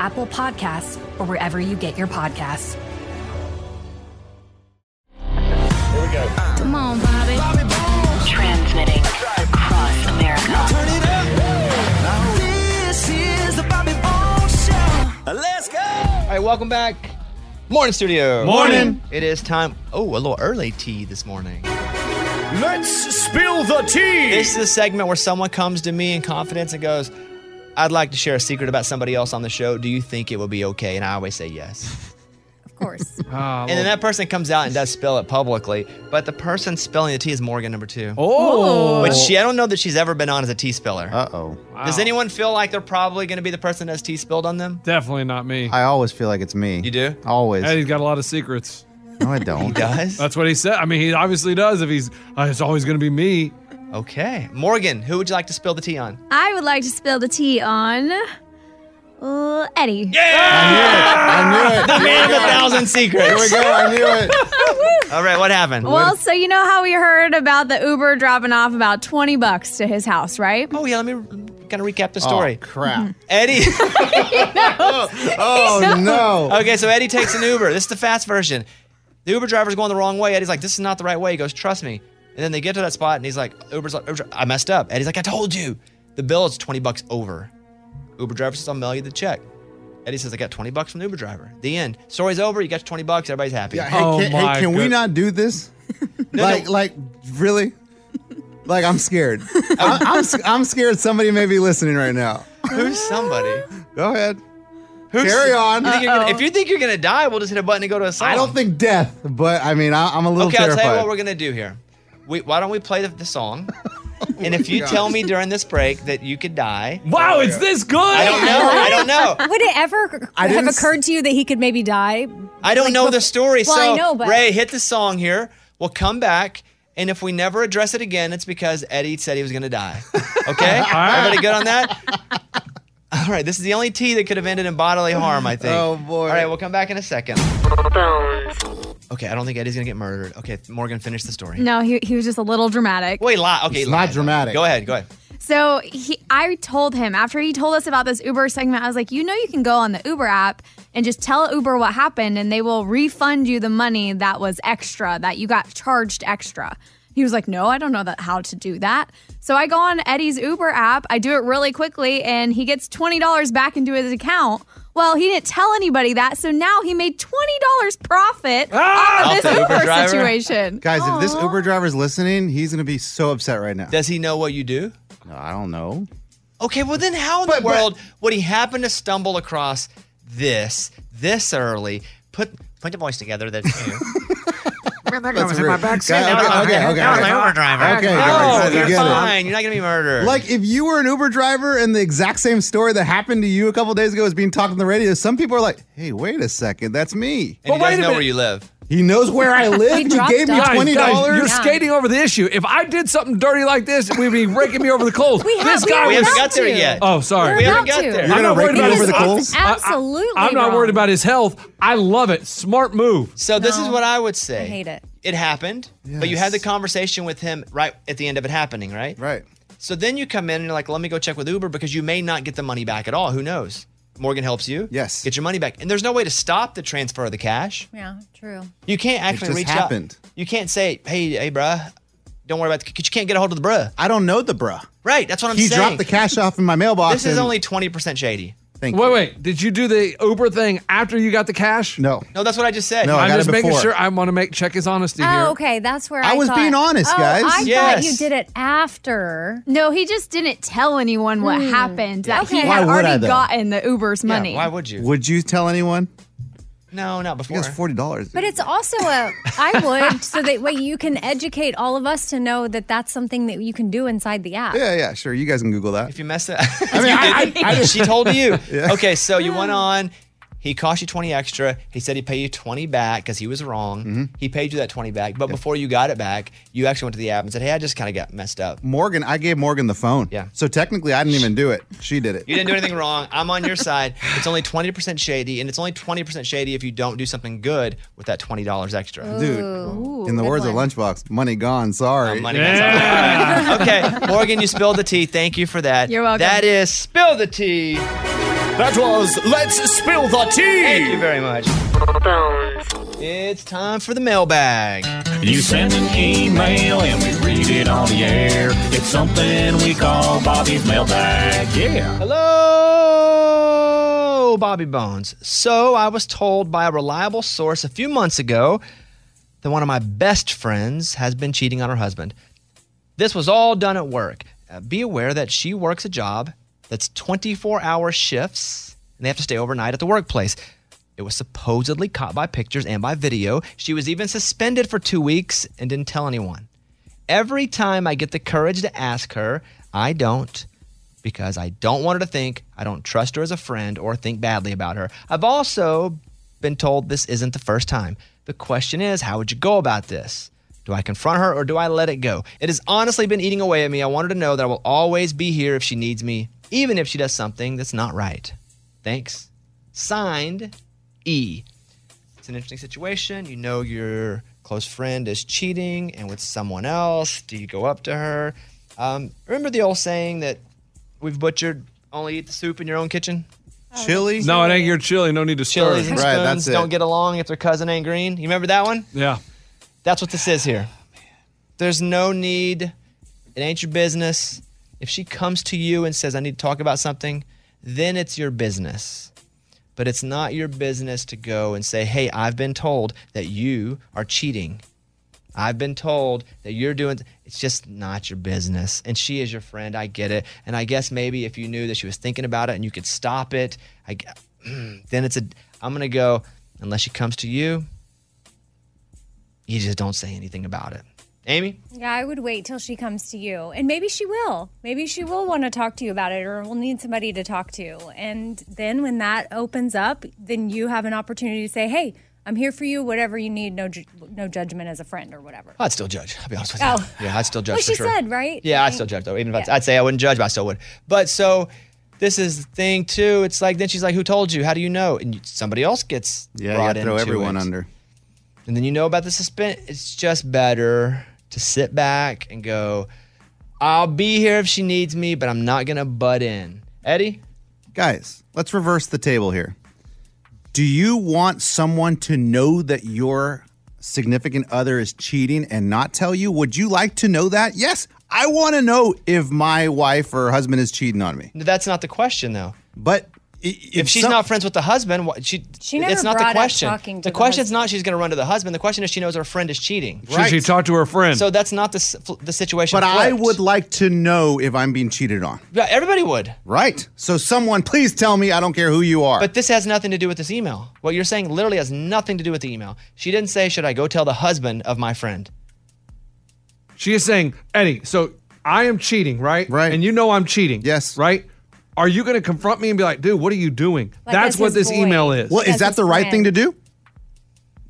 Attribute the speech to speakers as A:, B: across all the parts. A: Apple Podcasts, or wherever you get your podcasts.
B: Come on, Bobby. Transmitting across America. Turn it up. This is the Bobby Bones Show. Let's go.
C: All right, welcome back. Morning, studio.
D: Morning.
C: It is time. Oh, a little early tea this morning.
E: Let's spill the tea.
C: This is a segment where someone comes to me in confidence and goes, I'd like to share a secret about somebody else on the show. Do you think it would be okay? And I always say yes.
F: Of course.
E: Ah,
C: and then that person comes out and does spill it publicly. But the person spilling the tea is Morgan, number two.
E: oh.
C: But she, I don't know that she's ever been on as a tea spiller.
G: Uh oh.
C: Does anyone feel like they're probably going to be the person that's tea spilled on them?
E: Definitely not me.
G: I always feel like it's me.
C: You do?
G: Always.
E: Hey, he's got a lot of secrets.
G: No, I don't.
C: Does?
E: That's what he said. I mean, he obviously does. If he's, uh, it's always going to be me.
C: okay. Morgan, who would you like to spill the tea on?
F: I would like to spill the tea on uh, Eddie.
G: I knew it. I knew it.
C: Man of a thousand
G: Here we
C: secrets.
G: go. I knew it.
C: All right, what happened?
F: Well, so you know how we heard about the Uber dropping off about 20 bucks to his house, right?
C: oh, yeah, let me kind of recap the story.
G: Oh, crap.
C: Eddie.
G: Oh, no.
C: Okay, so Eddie takes an Uber. This is the fast version. The Uber driver's going the wrong way. Eddie's like, this is not the right way. He goes, trust me. And then they get to that spot and he's like, Uber's like, Uber, dri- I messed up. Eddie's like, I told you. The bill is 20 bucks over. Uber driver says, I'll mail you the check. Eddie says, I got 20 bucks from the Uber driver. The end. Story's over. You got your 20 bucks. Everybody's happy.
G: Yeah, hey,
E: Oh,
G: can,
E: my
G: hey, can we
E: good-
G: not do this? like, like, really? Like, I'm scared. I, I'm, s- I'm scared somebody may be listening right now.
C: Who's somebody?
G: Go ahead.
C: Who's
G: Carry on.
C: You think you're gonna- if you think you're going to die, we'll just hit a button and go to a
G: I don't think death, but I mean, I, I'm a little
C: Okay,
G: terrified.
C: I'll tell you what we're gonna do here. We, why don't we play the, the song?
G: Oh
C: and if you tell me during this break that you could die,
E: Wow, it's this good.
C: I don't know. I don't know.
F: Would it ever
G: I
F: have
G: didn't s-
F: occurred to you that he could maybe die?
C: I don't know the story.
F: well,
C: so
F: I know, but-
C: Ray, hit the song here. We'll come back, and if we never address it again, it's because Eddie said he was gonna die. Okay, everybody good on that? All right, this is the only tea that could have ended in bodily harm, I think.
G: Oh, boy.
C: All right, we'll come back in a second. Okay, I don't think Eddie's gonna get murdered. Okay, Morgan, finish the story.
F: No, he, he was just a little dramatic.
C: Wait, lie. Okay,
G: It's
C: lie.
G: not dramatic.
C: Go ahead. Go ahead.
F: So he, I told him after he told us about this Uber segment, I was like, you know, you can go on the Uber app and just tell Uber what happened, and they will refund you the money that was extra that you got charged extra. He was like, no, I don't know that how to do that. So I go on Eddie's Uber app, I do it really quickly, and he gets twenty dollars back into his account. Well, he didn't tell anybody that, so now he made twenty dollars profit off
C: Off
F: of this
C: the Uber
F: Uber,
C: driver?
F: situation.
G: Ah! Guys, if this
F: Aw.
G: Uber driver's listening, he's going to be so upset right now.
C: Does he know what you do?
G: No, I don't know.
C: Okay, well then how in the world would he happen to stumble across this this early? Put
H: put the voice together. That's you.
G: That's rude. Okay, okay, okay.
H: Now I'm an Uber driver.
G: Okay,
H: No,
G: guys,
H: you're
G: I get it.
H: fine. You're not gonna be murdered.
G: Like if you were an Uber driver and the exact same story that happened to you a couple days ago was being talked on the radio, some people are like, "Hey, wait a second, that's me."
C: And he doesn't know where you live.
G: He knows where I live. He, gave me
E: Guys,
G: twenty
E: guys,
G: dollars.
E: You're skating over the issue. If I did something dirty like this, we'd be raking me over the coals.
B: We have-
E: this
B: we
E: guy
B: are
E: was-
B: about to.
E: Oh, sorry.
B: We're We haven't about got to. there. You're
E: I'm not
B: gonna rake
E: worried
B: me
E: about
B: over
E: his-
B: the coals?
E: I- I-
B: Absolutely
E: I'm not
B: wrong.
E: worried about his health. I love it. Smart move.
C: So this is what I would say.
E: I hate it.
C: It happened, but you had the conversation with him right at the end of it happening, right?
G: Right.
C: So then you come in and you're like, let me go check with Uber because you may not get the money back at all. Who knows? Morgan helps you. Yes. Get your money back. And there's no way to stop the transfer of the cash.
I: Yeah, true.
C: You can't actually
G: just
C: reach
G: happened.
C: out. You can't say, hey, hey, bruh, don't worry about the, because you can't get a hold of the bruh.
G: I don't know the bruh.
C: Right. That's what I'm
G: he
C: saying.
G: dropped the cash off in my mailbox.
C: This is
G: and-
C: only 20% shady.
G: Thank
E: wait, wait. Did you do the Uber thing after you got the cash?
G: No.
C: No, that's what I just said.
G: No, I
E: I'm
G: got
E: just
G: it
E: making
G: before.
E: sure I want to make check his honesty
I: oh,
E: here.
I: okay. That's where
E: I
I: I,
E: was
I: thought-
E: being honest,
I: Oh,
E: guys.
I: I thought you
E: Yes.
I: did it after. Hmm.
F: No, he just didn't tell anyone what happened. That he
G: Okay. Why
F: had
G: would I,
F: already
G: though?
F: gotten the Uber's money.
C: would you?
G: Would you tell anyone?
C: No, not before.
G: It's forty dollars.
I: But it's also a I would so that way you can educate all of us to know that that's something that you can do inside the app.
G: Yeah, yeah, sure. You guys can Google that. If
C: you mess up,
G: I mean, I, I, I
C: she told you. Okay, so you went on. He cost you 20 extra. He said he'd pay you 20 back because he was wrong.
G: Mm-hmm.
C: He paid you that 20 back. But before you got it back, you actually went to the app and said, hey, I just kind of got messed up.
G: Morgan, I gave Morgan the phone. Yeah. So technically, I didn't even do it. She did it.
C: You didn't do anything wrong. I'm on your side. It's only 20% shady, and it's only 20% shady if you don't do something good with that $20 extra.
G: Dude, in the words of Lunchbox, money gone. Sorry.
C: Oh, money gone, okay, Morgan, you spilled the tea. Thank you for that.
G: You're welcome.
C: That is Spill the Tea. That was Let's Spill the Tea. Thank you very much. It's time for the mailbag.
J: You send an email and we read it on the air. It's something we call Bobby's mailbag. Yeah.
C: Hello, Bobby Bones. So I was told by a reliable source a few months ago that one of my best friends has been cheating on her husband. This was all done at work. Uh, be aware that she works a job that's 24 hour shifts and they have to stay overnight at the workplace. It was supposedly caught by pictures and by video. She was even suspended for two weeks and didn't tell anyone. Every time I get the courage to ask her, I don't because I don't want her to think I don't trust her as a friend or think badly about her. I've also been told this isn't the first time. The question is, how would you go about this? Do I confront her or do I let it go? It has honestly been eating away at me. I want her to know that I will always be here if she needs me, even if she does something that's not right. Thanks. Signed, E. It's an interesting situation. You know your close friend is cheating and with someone else. Do you go up to her? Um, remember the old saying that we've butchered only eat the soup in your own kitchen?
G: Chili?
E: No, it ain't your chili. No need to stir.
C: Chilies and spoons don't get along if their cousin ain't green. You remember that one?
E: Yeah.
C: That's what this is here. There's no need. It ain't your business. If she comes to you and says, I need to talk about something, then it's your business. But it's not your business to go and say, Hey, I've been told that you are cheating. I've been told that you're doing it's just not your business. And she is your friend. I get it. And I guess maybe if you knew that she was thinking about it and you could stop it, I g- then it's a I'm going to go unless she comes to you, you just don't say anything about it. Amy?
I: Yeah, I would wait till she comes to you. And maybe she will. Maybe she will want to talk to you about it or will need somebody to talk to. And then when that opens up, then you have an opportunity to say, "Hey, I'm here for you. Whatever you need, no ju- no judgment as a friend or whatever."
C: I'd still judge. I'll be honest with
I: Oh.
C: you. Yeah, I'd still judge
I: Well,
C: for
I: she
C: sure.
I: said, right?
C: Yeah,
I: I
C: I'd
I: mean-
C: still judge though. Even if I'd, I'd say I wouldn't judge, but I still would. But so this is the thing too. It's like then she's like, "Who told you? How do you know?" And you, somebody else gets
G: Yeah,
C: brought
G: you throw
C: into
G: everyone
C: it.
G: under.
C: And then you know about the suspense. It's just better to sit back and go, "I'll be here if she needs me, but I'm not gonna butt in." Eddie,
G: Guys, let's reverse the table here. Do you want someone to know that your significant other is cheating and not tell you? Would you like to know that? Yes, I want to know if my wife or husband is cheating on me.
C: that's not the question though.
G: But
C: If, she's not friends with the husband, why, she,
I: She never
C: it's not the
I: brought up
C: question.
I: talking to
C: the
I: the
C: question's not she's going to run to the husband. The question is she knows her friend is cheating.
G: Should Right. she talk
E: to her friend?
C: So that's not the s- fl- the situation.
G: But I
C: flipped.
G: would like to know if I'm being cheated on.
C: Yeah, everybody would.
G: Right. So someone, please tell me. I don't care who you are.
C: But this has nothing to do with this email. What you're saying literally has nothing to do with the email. She didn't say, "Should I go tell the husband of my friend?"
E: She is saying, Eddie, so I am cheating, right? Right. And you know I'm cheating. Yes. Right? Are you going to confront me and be like, dude, what are you doing?
G: Like,
E: That's
G: that's
E: what
G: his
E: this
G: boy.
E: email is.
G: Well, is that the right thing to do?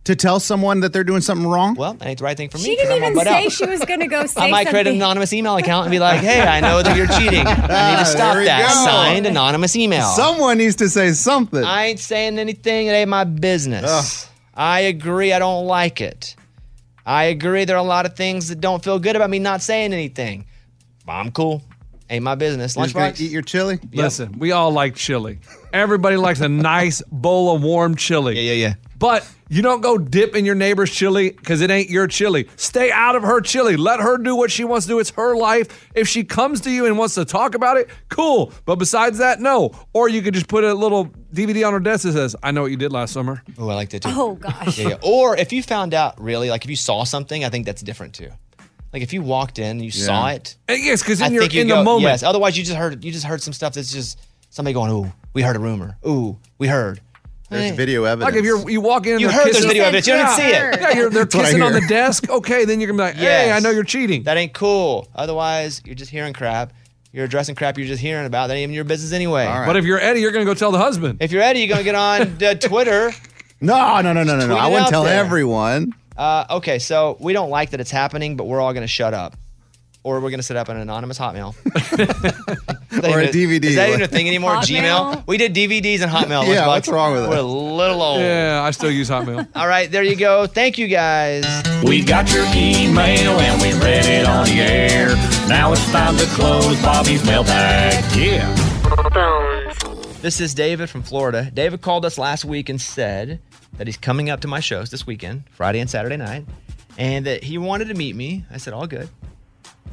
G: To tell someone that they're doing something wrong?
C: Well, that ain't the right thing for
I: She didn't even say she was going to go say
C: I might create an
I: something.
C: anonymous email account and be like, "Hey, I know that you're cheating. I need
G: Ah,
C: to stop
G: there we
C: that."
G: go.
C: Signed anonymous email.
G: Someone needs to say something.
C: I ain't saying anything. It ain't my business. I agree. I don't like it. I agree. There are a lot of things that don't feel good about me not saying anything. But I'm cool. Ain't my business.
E: You're just gonna
C: Lunchbox.
G: Eat your chili?
E: Listen, we all like chili. Everybody likes a nice bowl of warm chili. Yeah,
C: yeah, yeah.
E: But you don't go dip in your neighbor's chili because it ain't your chili. Stay out of her chili. Let her do what she wants to do. It's her life. If she comes to you and wants to talk about it, cool. But besides that, no. Or you could just put a little DVD on her desk that says, I know what you did last summer.
C: Oh, I like that
I: Oh gosh.
C: yeah, yeah. Or if you found out really, like if you saw something, I think that's different too. Like if you walked in and you
E: Yeah.
C: saw it.
E: Uh, yes, 'cause
C: I
E: then you're
C: think you
E: in the
C: go-
E: moment.
C: Yes. Otherwise, you just heard you just heard some stuff that's just somebody going, "Ooh, we heard a rumor. Ooh, we heard."
G: There's
C: Eh.
G: video evidence.
E: Like if you're you walk in, and
C: You
E: they're
C: heard there's
E: kissing-
C: video evidence. You didn't see it.
E: Yeah, you're, they're
C: That's what I
E: kissing on
C: hear.
E: the desk. Okay, then you're gonna be like, Hey, I know you're cheating.
C: That ain't cool. Otherwise, you're just hearing crap. You're addressing crap you're just hearing about. That ain't even your business anyway.
E: But if you're Eddie, you're gonna go tell the husband.
C: If you're Eddie, you're gonna get on uh, Twitter.
G: No, no, no, no, no, no.
C: Tweet
G: I
C: it
G: wouldn't
C: out
G: tell
C: there.
G: everyone.
C: Uh, okay, so we don't like that it's happening, but we're all gonna shut up, or we're gonna set up an anonymous Hotmail Is that
G: Or a
C: even
G: DVD.
C: Is that even a thing anymore?
G: Hotmail?
C: Gmail. We did DVDs and Hotmail.
G: Yeah,
C: Lunchbox.
G: what's wrong with it?
C: We're a little old.
E: Yeah, I still use Hotmail.
C: All right, there you go. Thank you guys.
J: We got your email and we read it on the air. Now it's time to close Bobby's mailbag. Yeah.
C: This is David from Florida. David called us last week and said that he's coming up to my shows this weekend, Friday and Saturday night, and that he wanted to meet me. I said, all good.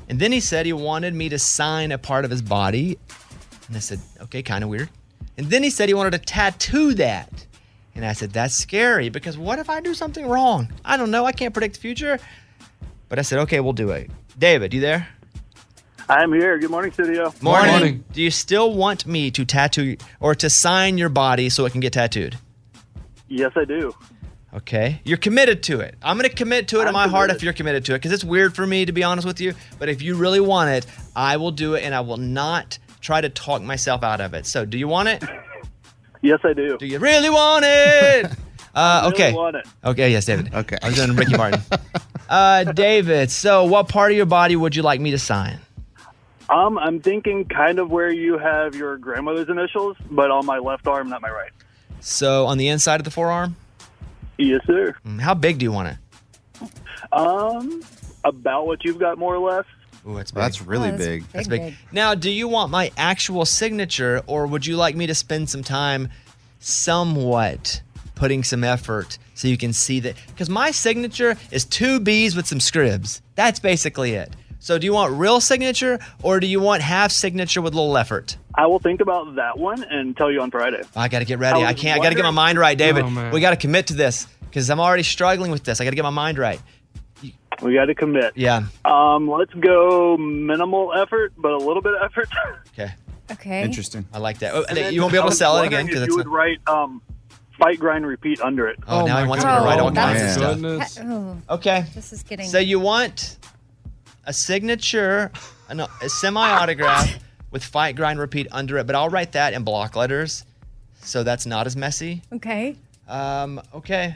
C: And then he said he wanted me to sign a part of his body. And I said, okay, kind of weird. And then he said he wanted to tattoo that. And I said, that's scary because what if I do something wrong? I don't know. I can't predict the future. But I said, okay, we'll do it. David, you there?
K: I'm here. Good morning, studio.
C: Morning. Do you still want me to tattoo or to sign your body so it can get tattooed?
K: Yes, I do.
C: Okay. You're committed to it. I'm going to commit to it in
K: I'm
C: my heart if
K: committed.
C: you're committed to it because it's weird for me, to be honest with you. But if you really want it, I will do it and I will not try to talk myself out of it. So, do you want it?
K: Yes, I do.
C: Do you really want it? Uh,
K: really
C: okay.
K: want it.
C: Okay. Yes, David. Okay. I was doing Ricky Martin. uh, David, so what part of your body would you like me to sign?
K: Um, I'm thinking kind of where you have your grandmother's initials, but on my left arm, not my right.
C: So, on the inside of the forearm? Mm,
K: Yes, sir.
C: How big do you want it?
K: Um, about what you've got, more or less.
C: Ooh, that's
G: big. That's really Oh, that's big.
C: That's
G: big,
C: big.
G: big.
C: Now, do you want my actual signature, or would you like me to spend some time, somewhat, putting some effort so you can see that? Because my signature is two B's with some scribs. That's basically it. So, do you want real signature, or do you want half signature with little effort?
K: I will think about that one and tell you on Friday.
C: I got to get ready.
K: I
C: I,
K: was
C: can't. I got to get my
K: wondering-
C: mind right, David.
K: Oh, man.
C: we got to commit to this because I'm already struggling with this. I got to get my mind right.
K: We got to commit.
C: Yeah.
K: Um, let's go minimal effort, but a little bit of effort.
C: Okay.
I: Okay.
G: Interesting.
C: I like that. Oh,
K: And then
C: you won't be able
K: I
C: to
K: was
C: sell it
K: wondering
C: again
K: If
C: because
K: you
C: it's
K: would
C: not.
K: write um, fight, grind, repeat under it.
C: Oh, now he wants me to write all kinds of stuff.
I: Oh,
C: Okay.
I: this is getting.
C: So you want a signature, an, a semi autograph with fight, grind, repeat under it, but I'll write that in block letters, so that's not as messy.
I: okay.
C: Um, okay.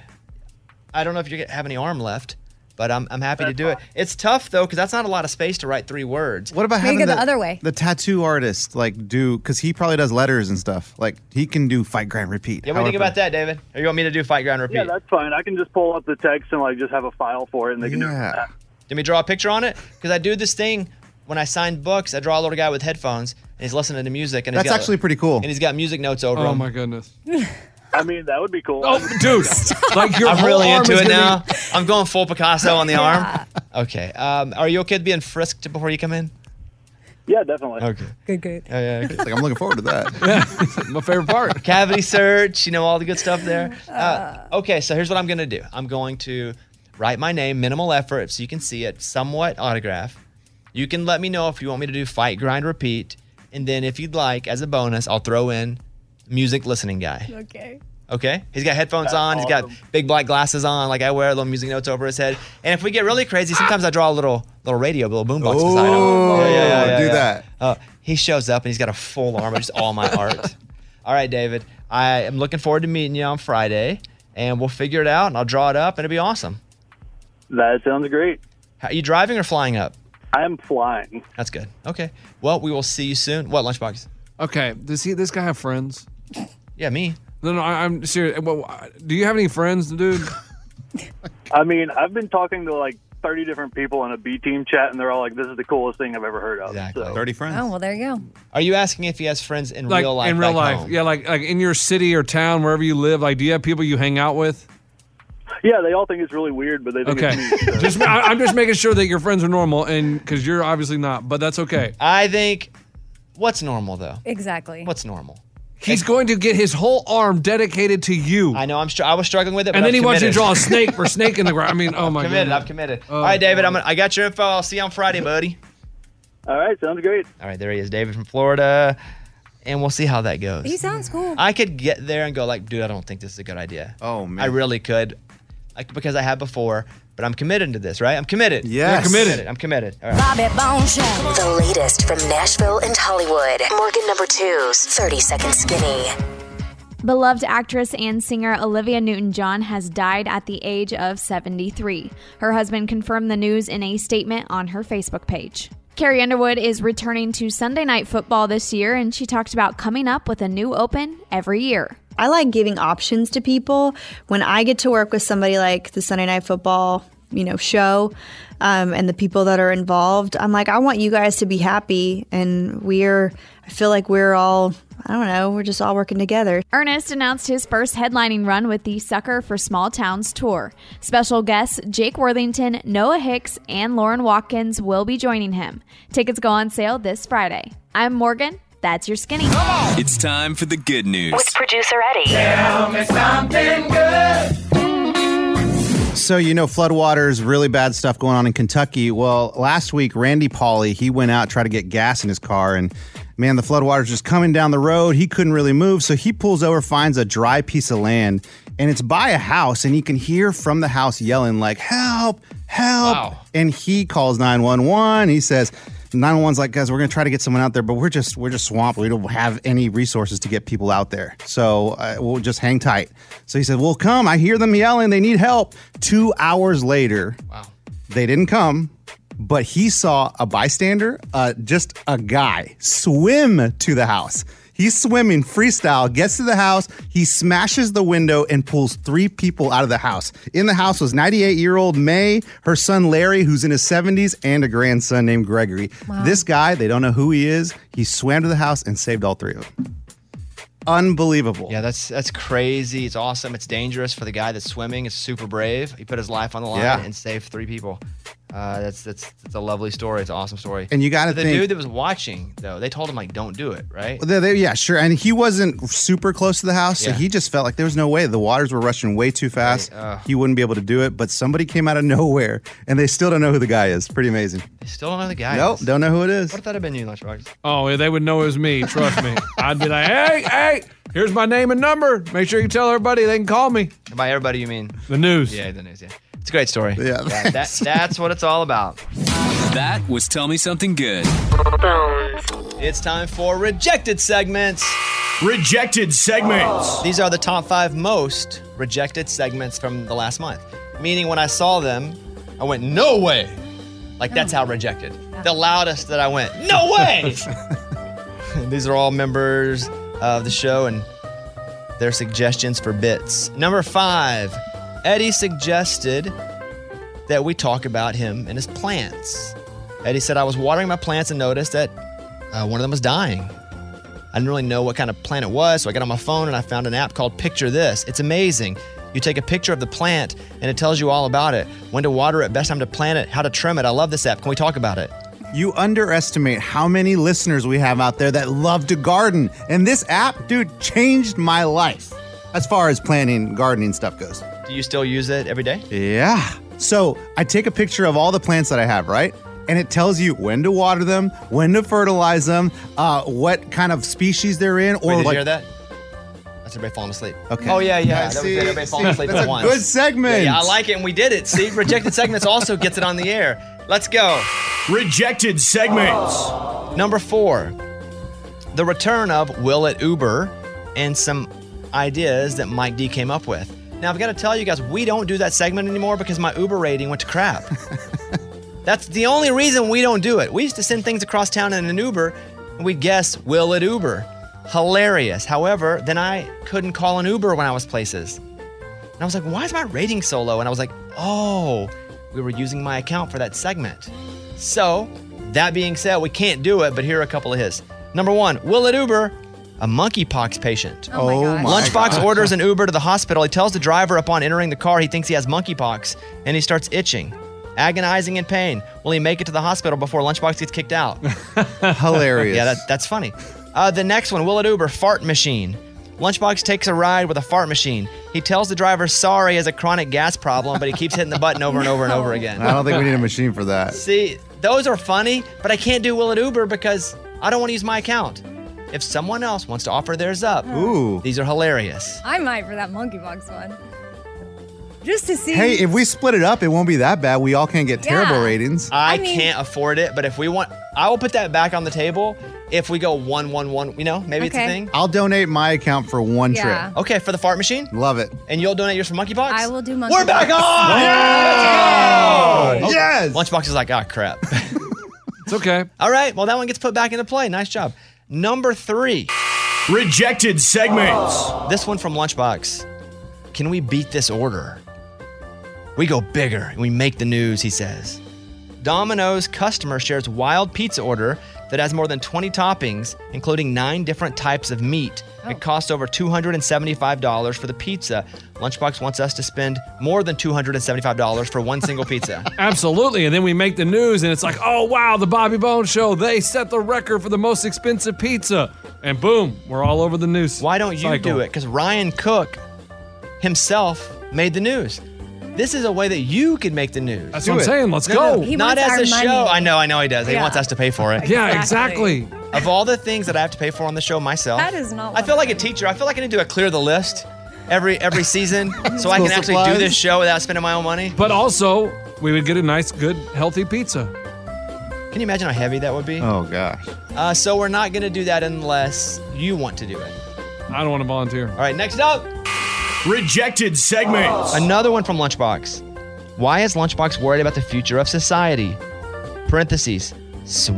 C: I don't know if you get- have any arm left, but I'm, I'm happy to do it. It's tough though, because that's not a lot of space to write three words.
G: What about
C: Maybe
G: having
C: go the other way.
G: The tattoo artist, like, do because he probably does letters and stuff. Like, he can do fight, grind, repeat.
C: Yeah, what do you think
G: however-
C: about that, David? Or you want me to do fight, grind, repeat?
K: Yeah, that's fine. I can just pull up the text and like just have a file for it, and they can do it. from that.
C: Let me draw a picture on it because I do this thing when I sign books. I draw a little guy with headphones and he's listening to music. And he's
G: That's
C: got-
G: actually pretty cool.
C: And he's got music notes over
G: Oh
C: him.
G: my
E: goodness!
K: I mean, that would be cool.
E: Oh, dude! like your
C: I'm
E: whole
C: really
E: arm
C: into
E: is
C: it
E: gonna
C: now. I'm going full Picasso on the arm. Okay. Um, are you okay with being frisked before you come in?
K: Yeah, definitely.
C: Okay.
K: Good, good.
C: Oh, yeah, okay.
G: like I'm looking forward to that.
C: My favorite part. Cavity search, you know, all the good stuff there. Uh, okay, so here's what I'm going to do I'm going to write my name, minimal effort, so you can see it, somewhat autograph. You can let me know if you want me to do fight, grind, repeat. And then if you'd like, as a bonus, I'll throw in music listening guy.
I: Okay.
C: Okay. He's got headphones
H: That's
C: on. He's got big black glasses on. Like I wear little music notes over his head. And if we get really crazy, sometimes I draw a little little radio, a little boombox beside him. Yeah, yeah, yeah, yeah,
G: do
C: yeah.
G: that.
C: Uh, he shows up and he's got a full arm of just all my art. All right, David. I am looking forward to meeting you on Friday, and we'll figure it out. And I'll draw it up, and it'll be awesome.
K: That sounds great.
C: Are you driving or flying up?
K: I am flying.
C: That's good. Okay. Well, we will see you soon. What lunchbox?
E: Okay. Does he? This guy have friends?
C: Yeah, me.
E: No, no. I, I'm serious. Well, I- Do you have any friends, dude?
K: I mean, I've been talking to like 30 different people in a B team chat, and they're all like, this is the coolest thing I've ever heard of. Exactly.
G: 30 friends.
I: Oh, well, there you go.
C: Are you asking if he has friends in
E: like
C: real life?
E: in real
C: back
E: life?
C: home?
E: Yeah, like like in your city or town, wherever you live. Like, do you have people you hang out with?
K: Yeah, they all think it's really weird, but they think
E: Okay.
K: it's neat. so-
E: just I, I'm just making sure that your friends are normal, and because you're obviously not, but that's okay.
C: I think what's normal though.
I: Exactly.
C: What's normal?
E: He's going to get his whole arm dedicated to you. I
C: know. I'm. Str- I was struggling with it, but
E: And then
C: I've
E: he wants you to
C: committed.
E: draw a snake for snake in the ground. I mean, oh my god.
C: committed. I've committed. All right, David. I'm. Gonna, I got your info. I'll see you on Friday, buddy.
K: All right, sounds great.
C: All right, there he is, David from Florida, and we'll see how that goes.
I: He sounds cool.
C: I could get there and go like, dude, I don't think this is a good idea. Oh man, I really could, like because I have before, but I'm committed to this, right? I'm committed.
G: Yes.
C: I'm committed. I'm committed. All right.
L: Bobby Bones Show. The latest from Nashville and Hollywood. Morgan number two's 30 Second Skinny.
F: Beloved actress and singer Olivia Newton John has died at the age of 73. Her husband confirmed the news in a statement on her Facebook page. Carrie Underwood is returning to Sunday Night Football this year, and she talked about coming up with a new open every year.
M: I like giving options to people. When I get to work with somebody like the Sunday Night Football, you know, show, um, and the people that are involved, I'm like, I want you guys to be happy, and we're. I feel like we're all. I don't know. We're just all working together.
F: Ernest announced his first headlining run with the Sucker for Small Towns tour. Special guests Jake Worthington, Noah Hicks, and Lauren Watkins will be joining him. Tickets go on sale this Friday. I'm Morgan. That's your skinny.
N: It's time for the good news.
L: With producer Eddie.
N: Tell me something good.
G: So you know floodwaters, really bad stuff going on in Kentucky. Well, last week Randy Pauly he went out tried to get gas in his car, and man, the floodwaters just coming down the road. He couldn't really move, so he pulls over, finds a dry piece of land, and it's by a house, and you can hear from the house yelling like "Help! Help!" And he calls nine one one. He says. 911's like, guys, we're gonna try to get someone out there, but we're just we're just swamped. We don't have any resources to get people out there, so uh, we'll just hang tight. So he said, "Well, come. I hear them yelling. They need help." Two hours later, wow, they didn't come, but he saw a bystander, uh, just a guy, swim to the house. He's swimming freestyle, gets to the house, he smashes the window and pulls three people out of the house. In the house was 98 year old May, her son Larry, who's in his 70s, and a grandson named Gregory. This guy, they don't know who he is, he swam to the house and saved all three of them. Unbelievable.
C: Yeah, that's that's crazy. It's awesome. It's dangerous for the guy that's swimming. It's super brave. He put his life on the line
G: Yeah.
C: and saved three people. Uh, that's that's that's a lovely story. It's an awesome story.
G: And you gotta
C: the
G: think-
C: dude that was watching though. They told him like, don't do it, right?
G: Well, they- they- yeah, sure. And he wasn't super close to the house, so
C: Yeah.
G: he just felt like there was no way. The waters were rushing way too fast.
C: Right, uh.
G: he wouldn't be able to do it. But somebody came out of nowhere, and they still don't know who the guy is. Pretty amazing.
C: They still don't know the guy.
G: Nope, don't know who it is.
C: What if that had been you, Lunchbox?
E: Oh, yeah, they would know it was me. Trust me. I'd be like, hey, hey, here's my name and number. Make sure you tell everybody they can call me.
C: And by everybody, you mean
E: the news?
C: Yeah, the news. Yeah, it's a great story.
G: Yeah,
C: that, that- that's what it's all about.
N: That was Tell Me Something Good.
C: It's time for rejected segments.
N: Rejected segments.
C: These are the top five most rejected segments from the last month. Meaning, when I saw them, I went, "No way!" Like that's how rejected. The loudest that I went, "No way!" These are all members of the show and their suggestions for bits. Number five, Eddie suggested that we talk about him and his plants. Eddie said, I was watering my plants and noticed that uh, one of them was dying. I didn't really know what kind of plant it was, so I got on my phone and I found an app called Picture This. It's amazing. You take a picture of the plant and it tells you all about it when to water it, best time to plant it, how to trim it. I love this app. Can we talk about it?
G: You underestimate how many listeners we have out there that love to garden. And this app, dude, changed my life as far as planning gardening stuff goes.
C: Do you still use it every day?
G: Yeah. So I take a picture of all the plants that I have, right? And it tells you when to water them, when to fertilize them, uh, what kind of species they're in, or
C: Wait,
G: like
C: did you hear that? That's everybody falling asleep.
G: Okay.
C: Oh yeah, yeah.
G: Yeah,
C: that was
G: see,
C: it. everybody falling
G: see,
C: asleep
G: that's
C: at
G: a
C: once.
G: good segment.
C: Yeah, yeah, I like it, and we did it. See, rejected segments also gets it on the air. Let's go.
N: Rejected segments.
C: Number four, the return of Will at Uber, and some ideas that Mike D came up with. Now I've got to tell you guys, we don't do that segment anymore because my Uber rating went to crap. That's the only reason we don't do it. We used to send things across town in an Uber, and we'd guess, will it Uber? Hilarious. However, then I couldn't call an Uber when I was places. And I was like, why is my rating so low? And I was like, oh, we were using my account for that segment. So, that being said, we can't do it, but here are a couple of his. Number one, will it Uber? A monkeypox patient.
G: Oh my Oh gosh. my
C: Lunchbox
G: gosh.
C: orders an Uber to the hospital. He tells the driver upon entering the car he thinks he has monkeypox and he starts itching, agonizing in pain. Will he make it to the hospital before Lunchbox gets kicked out?
G: hilarious.
C: Yeah, that, that's funny. Uh, the next one, Will it Uber? Fart machine. Lunchbox takes a ride with a fart machine. He tells the driver sorry he has a chronic gas problem, but he keeps hitting the button over and over and over again.
G: I don't think we need a machine for that.
C: See, those are funny, but I can't do Will it Uber because I don't want to use my account. If someone else wants to offer theirs up,
G: Ooh.
C: these are hilarious.
I: I might for that monkeypox one. Just to see.
G: Hey, if we split it up, it won't be that bad. We all can't get terrible
C: Yeah.
G: ratings.
C: I,
I: I mean-
C: can't afford it, but if we want, I will put that back on the table if we go one, one, one. You know, maybe it's a
I: Okay.
C: thing.
G: I'll donate my account for one
I: Yeah.
G: trip.
C: Okay, for the fart machine,
G: Love it.
C: and you'll donate yours for monkeypox.
I: I will do monkeypox.
C: We're back on!
G: Yeah!
C: Oh,
G: Yes!
C: Lunchbox is like, ah, crap.
E: it's okay.
C: All right. Well, that one gets put back into play. Nice job. Number three.
N: Rejected segments.
C: This one from Lunchbox. Can we beat this order? We go bigger and we make the news, he says. Domino's customer shares wild pizza order that has more than 20 toppings, including nine different types of meat.
E: Oh.
C: It costs over $275 for the pizza. Lunchbox wants us to spend more than $275 for one single pizza.
E: Absolutely. And then we make the news and it's like, oh, wow, the Bobby Bones show, they set the record for the most expensive pizza. And boom, we're all over the news. Why
C: don't you do it because Ryan Cook himself made the news. This is a way that you could make the news.
E: That's Do what I'm it. saying. Let's go. He
C: Not
E: wants
C: as
E: our
C: a
E: money.
C: show. I know, I know he does. He
E: Yeah.
C: wants us to pay for it.
E: Yeah, Exactly.
C: Of all the things that I have to pay for on the show myself,
I: That is not.
C: I feel like a teacher. I feel like I need to do a clear the list every every season so I
E: School
C: can actually
E: supplies.
C: do this show without spending my own money.
E: But also, we would get a nice, good, healthy pizza.
C: Can you imagine how heavy that would be?
G: Oh, gosh.
C: Uh, so we're not going to do that unless you want to do it.
E: I don't want to volunteer. All
C: right, next up.
N: Rejected segments.
C: Another one from Lunchbox. Why is Lunchbox worried about the future of society? Parentheses,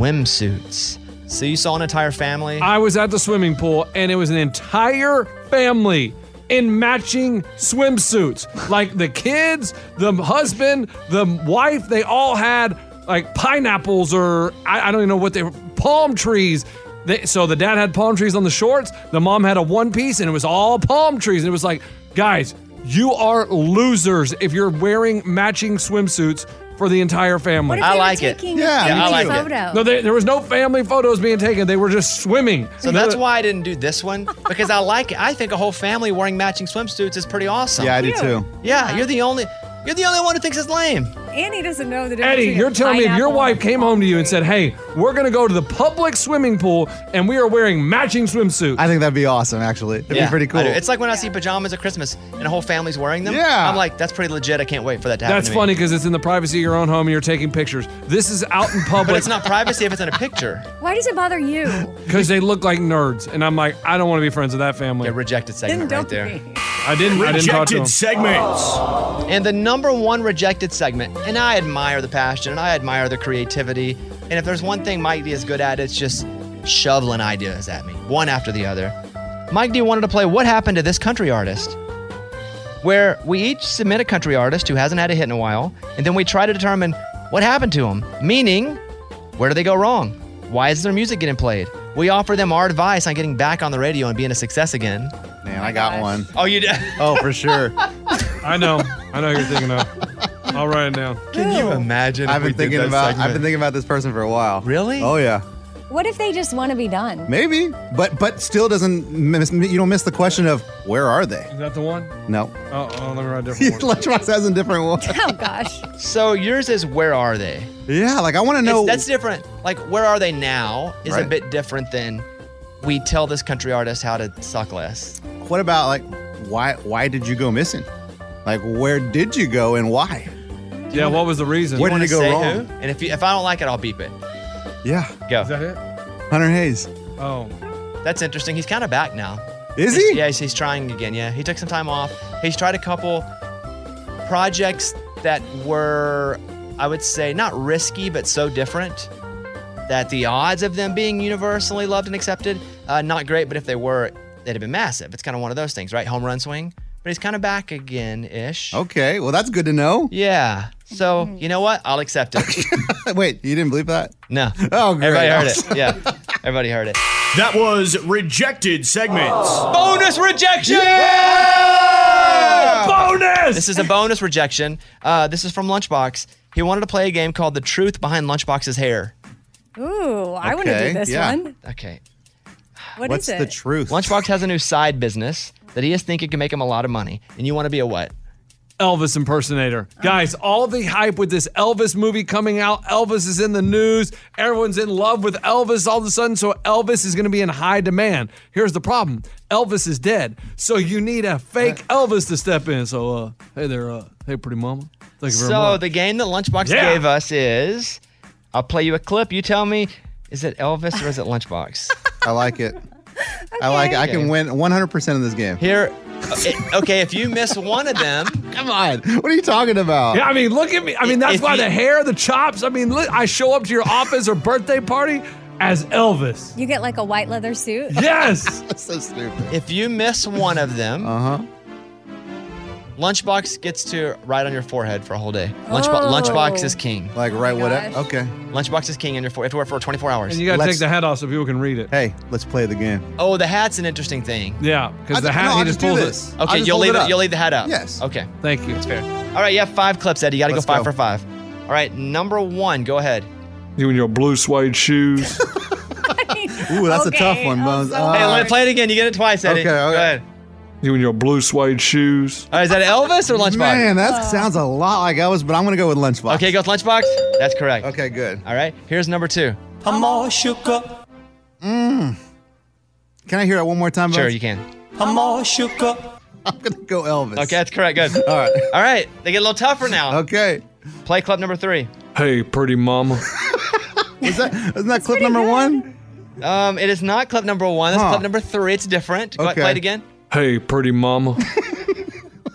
C: swimsuits. So you saw an entire family?
E: I was at the swimming pool and it was an entire family in matching swimsuits. Like the kids, the husband, the wife, they all had like pineapples or I, I don't even know what they were, palm trees. They, so the dad had palm trees on the shorts, the mom had a one piece, and it was all palm trees. And it was like, guys, you are losers if you're wearing matching swimsuits for the entire family.
C: What if I they were like it. taking Yeah, I like it. photo?
E: No, they, there was no family photos being taken. They were just swimming.
C: So that's why I didn't do this one because I like it. I think a whole family wearing matching swimsuits is pretty awesome.
G: Yeah, I do Cute. too.
C: Yeah, you're the only you're the only one who thinks it's lame.
I: Annie doesn't know the difference.
E: Eddie,
I: between a
E: you're telling me if your
I: pineapple
E: wife came home to you and said, "Hey, we're gonna go to the public swimming pool and we are wearing matching swimsuits,"
G: I think that'd be awesome, actually. It'd
C: Yeah,
G: be pretty
C: I
G: cool.
C: do. It's like when I see pajamas at Christmas and a whole family's wearing them.
E: Yeah.
C: I'm like, that's pretty legit. I can't wait for that to happen.
E: that's
C: to me.
E: funny because it's in the privacy of your own home and you're taking pictures. This is out in public.
C: But it's not privacy if it's in a picture.
I: Why does it bother you?
E: because they look like nerds, and I'm like, I don't want to be friends with that family.
C: rejected
I: segment Then right don't there. be.
E: I didn't. I didn't talk to them.
C: And the number one rejected segment, and I admire the passion and I admire the creativity. And if there's one thing Mike D is good at, it's just shoveling ideas at me, one after the other. Mike D wanted to play What Happened to This Country Artist? Where we each submit a country artist who hasn't had a hit in a while, and then we try to determine what happened to him, meaning, where do they go wrong? Why is their music getting played? We offer them our advice on getting back on the radio and being a success again.
G: Man, I got one.
C: Oh, you did?
G: Oh, for sure.
E: I know. I know who you're thinking of. I'll write it down.
C: Can you imagine?
G: I've been thinking about I've been thinking about this person for a while. Really? Oh yeah.
O: What if they just want to be done?
G: Maybe, but but still doesn't miss, you don't miss the question of where are they?
E: Is that the one?
G: No.
E: Oh, oh let me write a different one.
G: Lunchbox has a different one.
F: Oh gosh.
C: So yours is where are they?
G: Yeah, like I want to know.
C: It's- that's different. Like where are they now is a
G: Right.
C: bit different than we tell this country artist how to suck less.
G: What about like why why did you go missing? Like where did you go and why?
E: Yeah, what was the reason?
G: Where did it go
C: Say
G: wrong?
C: who? And if you, if I don't like it, I'll beep it.
G: Yeah.
C: Go.
E: Is that it?
G: Hunter Hayes.
E: Oh.
C: That's interesting. He's kind of back now.
G: Is
C: He's- Yeah, he's, he's trying again. Yeah, he took some time off. He's tried a couple projects that were, I would say, not risky, but so different that the odds of them being universally loved and accepted, uh, not great. But if they were, they'd have been massive. It's kind of one of those things, right? Home run swing. But he's kind of back again ish.
G: Okay, well that's good to know.
C: Yeah. So you know what? I'll accept it.
G: Wait, you didn't believe that?
C: No.
G: Oh, great.
C: Everybody heard it. Yeah. Everybody heard it.
N: That was rejected segments.
C: Bonus rejection.
N: Oh.
E: Bonus!
C: This is a bonus rejection. Uh, this is from Lunchbox. He wanted to play a game called The Truth Behind Lunchbox's Hair.
I: Ooh, I want to do this one.
C: Okay.
I: What What's is it?
G: truth?
C: Lunchbox has a new side business that he is thinking can make him a lot of money. And you want to be a what?
E: Elvis impersonator. Guys, all the hype with this Elvis movie coming out. Elvis is in the news. Everyone's in love with Elvis all of a sudden. So Elvis is going to be in high demand. Here's the problem Elvis is dead. So you need a fake
G: Uh,
E: Elvis to step in. So, uh, hey there, uh, hey, pretty mama. Thank you very
C: so
E: much.
C: the game that Lunchbox
E: Yeah.
C: gave us is I'll play you a clip. You tell me, is it Elvis or is it Lunchbox?
G: I like it. I like it. I
C: Okay.
G: can win 100% of this game.
C: Here Uh, okay, if you miss one of them,
G: come on. What are you talking about?
E: Yeah, I mean, look at me. I mean, that's
G: If
E: why
G: you-
E: the hair, the chops. I mean, look, I show up to your office or birthday party as Elvis.
I: You get like a white leather suit.
E: Yes.
G: so stupid.
C: If you miss one of them,
G: uh huh.
C: Lunchbox gets to ride on your forehead for a whole day. Lunchbo-
G: Oh.
C: Lunchbox is king.
G: Like right what? Okay.
C: Lunchbox is king on your forehead for, for 24 hours.
E: And you got to take the hat off so people can read it.
G: Hey, let's play the game.
C: Oh, the hat's an interesting thing.
E: Yeah,
C: I
E: because the
C: ju-
E: hat
C: no,
E: he
C: I'll
E: just
C: just do
E: pulls
C: this.
E: it.
C: Okay, I'll just you'll hold leave it it- up. you'll leave the hat up.
E: Yes.
C: Okay.
E: Thank you. That's fair.
C: All right, you have five clips, Eddie. You got to go
E: Let's
C: five
E: go.
C: for five. All right, number one, go ahead.
E: You and your blue suede shoes.
G: Ooh, that's a tough one, Bones.
C: hey,
G: Uh,
C: let it play it again. You get it twice, Eddie.
G: Okay,
C: Go
G: okay.
C: ahead.
E: You and your blue suede shoes.
C: All right, is that Elvis or Lunchbox?
G: Man, that
F: Oh.
G: sounds a lot like Elvis, but I'm gonna go with Lunchbox.
C: Okay, go with Lunchbox. That's correct.
G: Okay, good.
C: All right, here's number two.
G: I'm all shook up. Mm. Can I hear that one more time?
C: Sure,
G: Bones?
C: you can.
G: I'm all shook up. I'm gonna go Elvis.
C: Okay, that's correct. Good. All
G: right.
C: All right, they get a little tougher now.
G: Okay.
C: Play clip number three.
E: Hey, pretty mama.
G: Is that isn't that clip number one?
C: Um, it is not clip number one. That's
E: Huh.
C: clip number three. It's different. Go ahead,
E: Okay.
C: play it again.
E: Hey, pretty mama.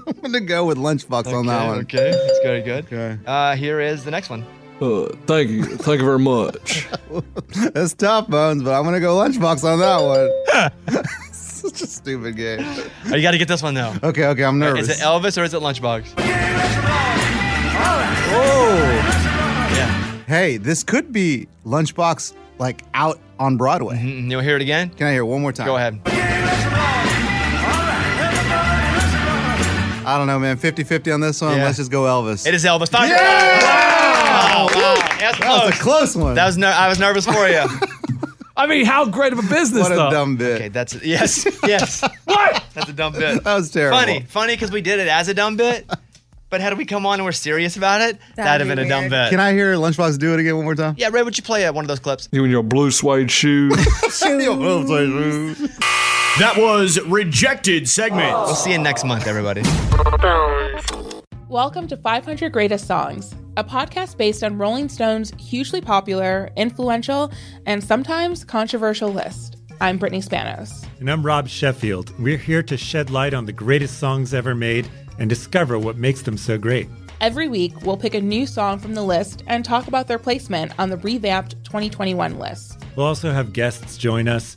G: I'm gonna go with Lunchbox on that one.
C: Okay, that's very good. Okay. Uh, here is the next one.
E: Uh, thank you. Thank you very much.
G: That's tough, Bones, but I'm gonna go Lunchbox on that one. Such a stupid game.
C: Oh, you got to get this one though.
G: Okay, okay, I'm nervous.
C: Is it Elvis or is it Lunchbox?
G: Oh.
C: Yeah.
G: Hey, this could be Lunchbox like out on Broadway.
C: You'll Mm-hmm. hear it again?
G: Can I hear it one more time?
C: Go ahead.
G: I don't know, man. 50 50 on this one. Let's just go Elvis.
C: It is Elvis. Five. Wow, wow. That's
G: That was a close one.
C: That was ner- I was nervous for you.
E: I mean, how great of a business,
G: What a
E: though.
G: dumb bit.
C: Okay, that's yes, yes.
E: what?
C: That's a dumb bit.
G: That was terrible.
C: Funny, funny because we did it as a dumb bit, but had we come on and we're serious about it, that'd, have been a dumb bit.
G: Can I hear Lunchbox do it again one more time?
C: Yeah, Ray, would you play uh, one of those clips?
E: You and your blue suede shoes.
N: That was rejected segments.
C: We'll see you next month, everybody.
P: Welcome to 500 Greatest Songs, a podcast based on Rolling Stone's hugely popular, influential, and sometimes controversial list. I'm Brittany Spanos.
D: And I'm Rob Sheffield. We're here to shed light on the greatest songs ever made and discover what makes them so great.
P: Every week, we'll pick a new song from the list and talk about their placement on the revamped 2021 list.
D: We'll also have guests join us,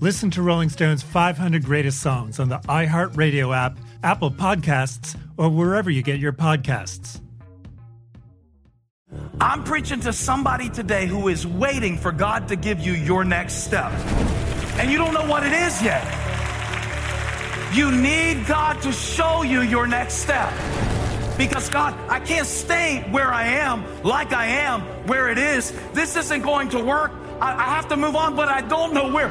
D: Listen to Rolling Stone's 500 Greatest Songs on the iHeartRadio app, Apple Podcasts, or wherever you get your podcasts.
Q: I'm preaching to somebody today who is waiting for God to give you your next step. And you don't know what it is yet. You need God to show you your next step. Because God, I can't stay where I am, like I am, where it is. This isn't going to work. I, I have to move on, but I don't know where.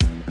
R: Mm-hmm.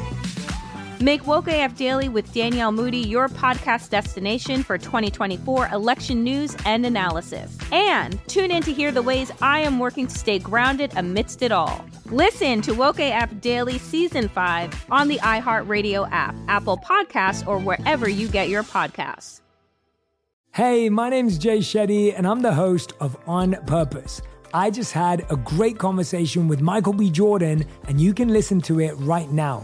R: Make Woke AF Daily with Danielle Moody your podcast destination for 2024 election news and analysis. And tune in to hear the ways I am working to stay grounded amidst it all. Listen to Woke AF Daily Season 5 on the iHeartRadio app, Apple Podcasts, or wherever you get your podcasts.
S: Hey, my name's Jay Shetty, and I'm the host of On Purpose. I just had a great conversation with Michael B. Jordan, and you can listen to it right now.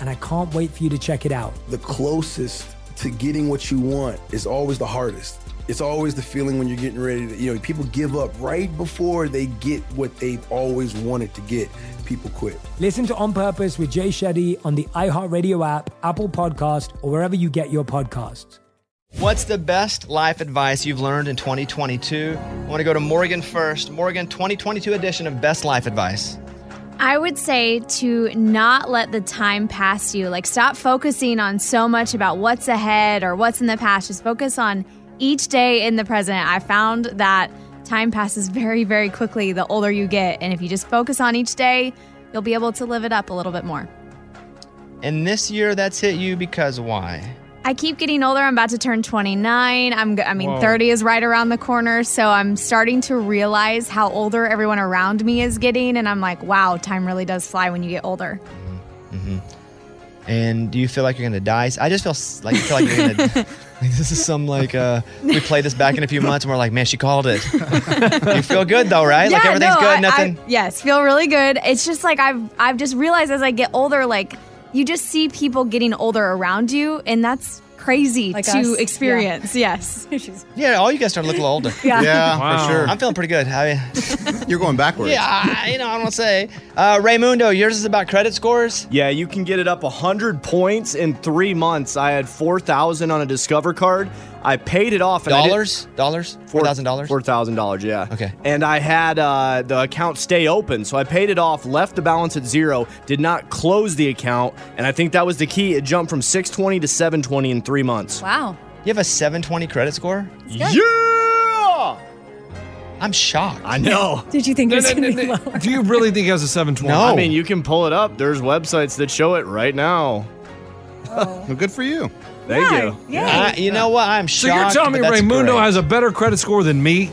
S: and I can't wait for you to check it out.
T: The closest to getting what you want is always the hardest. It's always the feeling when you're getting ready to, you know, people give up right before they get what they've always wanted to get. People quit.
S: Listen to On Purpose with Jay Shetty on the iHeartRadio app, Apple Podcast, or wherever you get your podcasts.
C: What's the best life advice you've learned in 2022? I want to go to Morgan first. Morgan, 2022 edition of Best Life Advice.
F: I would say to not let the time pass you. Like, stop focusing on so much about what's ahead or what's in the past. Just focus on each day in the present. I found that time passes very, very quickly the older you get. And if you just focus on each day, you'll be able to live it up a little bit more.
C: And this year that's hit you because why?
F: I keep getting older. I'm about to turn 29. I'm go- I mean
C: Whoa.
F: 30 is right around the corner, so I'm starting to realize how older everyone around me is getting and I'm like, wow, time really does fly when you get older.
C: hmm And do you feel like you're gonna die? I just feel s- like I feel like you're gonna. like this is some like uh, we play this back in a few months and we're like, man, she called it. you feel good though, right? like everything's
F: no,
C: good,
F: I- I-
C: nothing.
F: yes, feel really good. It's just like I've I've just realized as I get older like you just see people getting older around you and that's crazy
I: Like
F: to
I: us, yeah.
F: experience. Yes.
C: yeah, all you guys starting to look a little older.
F: Yeah.
G: Yeah, for sure.
C: I'm feeling pretty good. I,
G: You're going backwards.
C: yeah, I, you know, I don't say. Uh, Raymundo, yours is about credit scores.
U: Yeah, you can get it up 100 points in three months. I had 4,000 on a Discover card. I paid it off.
C: Dollars? Dollars? $4,000?
U: $4,000, yeah. Okay. And I had uh, the account stay open. So I paid it off, left the balance at zero, did not close the account. And I think that was the key. It jumped from 620 to 720 in three months.
F: Wow.
C: You have a 720 credit score?
U: Yeah!
C: I'm shocked.
K: I know.
O: Did you think it was going to be low?
E: Do you really think it was a 720?
K: I mean, you can pull it up. There's websites that show it right now.
G: well, good for you.
K: Thank
C: Yeah,
K: you.
C: yeah. I- you know what? I'm
E: So you're
C: shocked,
E: telling me
C: but that's
E: Raymundo
C: great.
E: has a better credit score than me?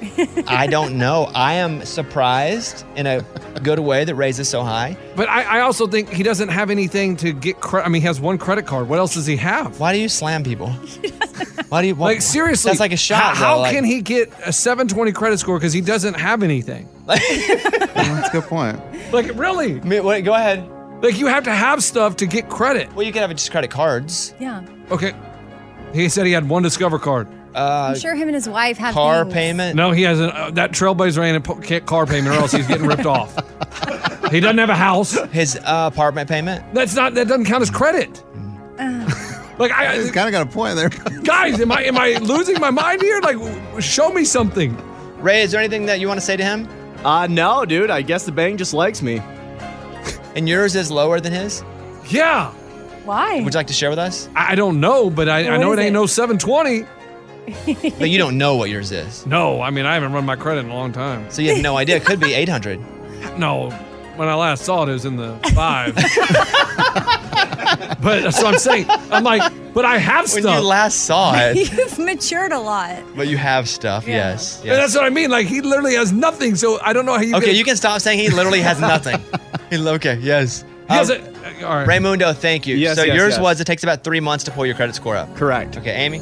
C: I don't know. I am surprised in a good way that Ray's is so high.
E: But I, I also think he doesn't have anything to get credit. I mean, he has one credit card. What else does he have?
C: Why do you slam people? Why do you
E: like seriously?
C: That's like a shot,
E: How, how
C: though, like-
E: can he get a 720 credit score because he doesn't have anything?
G: That's a good point.
E: Like really?
C: wait, go ahead.
E: Like you have to have stuff to get credit.
C: Well, you can have just credit cards.
O: Yeah.
E: Okay. He said he had one Discover card.
C: Uh,
O: I'm sure him and his wife have things.
C: payment.
E: No, he has an, uh, that Trailblazer ain't a po- ca- car payment, or else he's getting ripped off. He doesn't have a house.
C: His uh, apartment payment.
E: That's not. That doesn't count as credit.
O: Uh.
E: like I
G: He's kind of got a point there.
E: guys, am I am I losing my mind here? Like, w- show me something.
C: Ray, is there anything that you want to say to him?
K: Uh, no, dude. I guess the bang just likes me.
C: And yours is lower than his?
E: Yeah.
O: Why?
C: Would you like to share with us?
E: I I don't know, but I, I
C: What
E: know
C: is
E: it ain't
C: it?
E: no 720.
C: But you don't know what yours is.
E: No, I mean I haven't run my credit in a long time.
C: So you have no idea. It could be 800.
E: No, when I last saw it, it was in the five. but that's what I'm saying. I'm like, but I have
C: When
E: stuff.
C: you last saw it,
O: You've matured a lot.
C: but you have stuff. Yes.
E: And that's what I mean. Like he literally has nothing, so I don't know how you.
C: Okay, you can stop saying he literally has nothing. He li- okay, yes.
E: He has
C: Um,
E: a- uh, all right.
C: Raymundo, thank you.
K: Yes,
C: so
K: yes,
C: yours
K: yes.
C: was it takes about three months to pull your credit score up.
K: Correct.
C: Okay, Amy.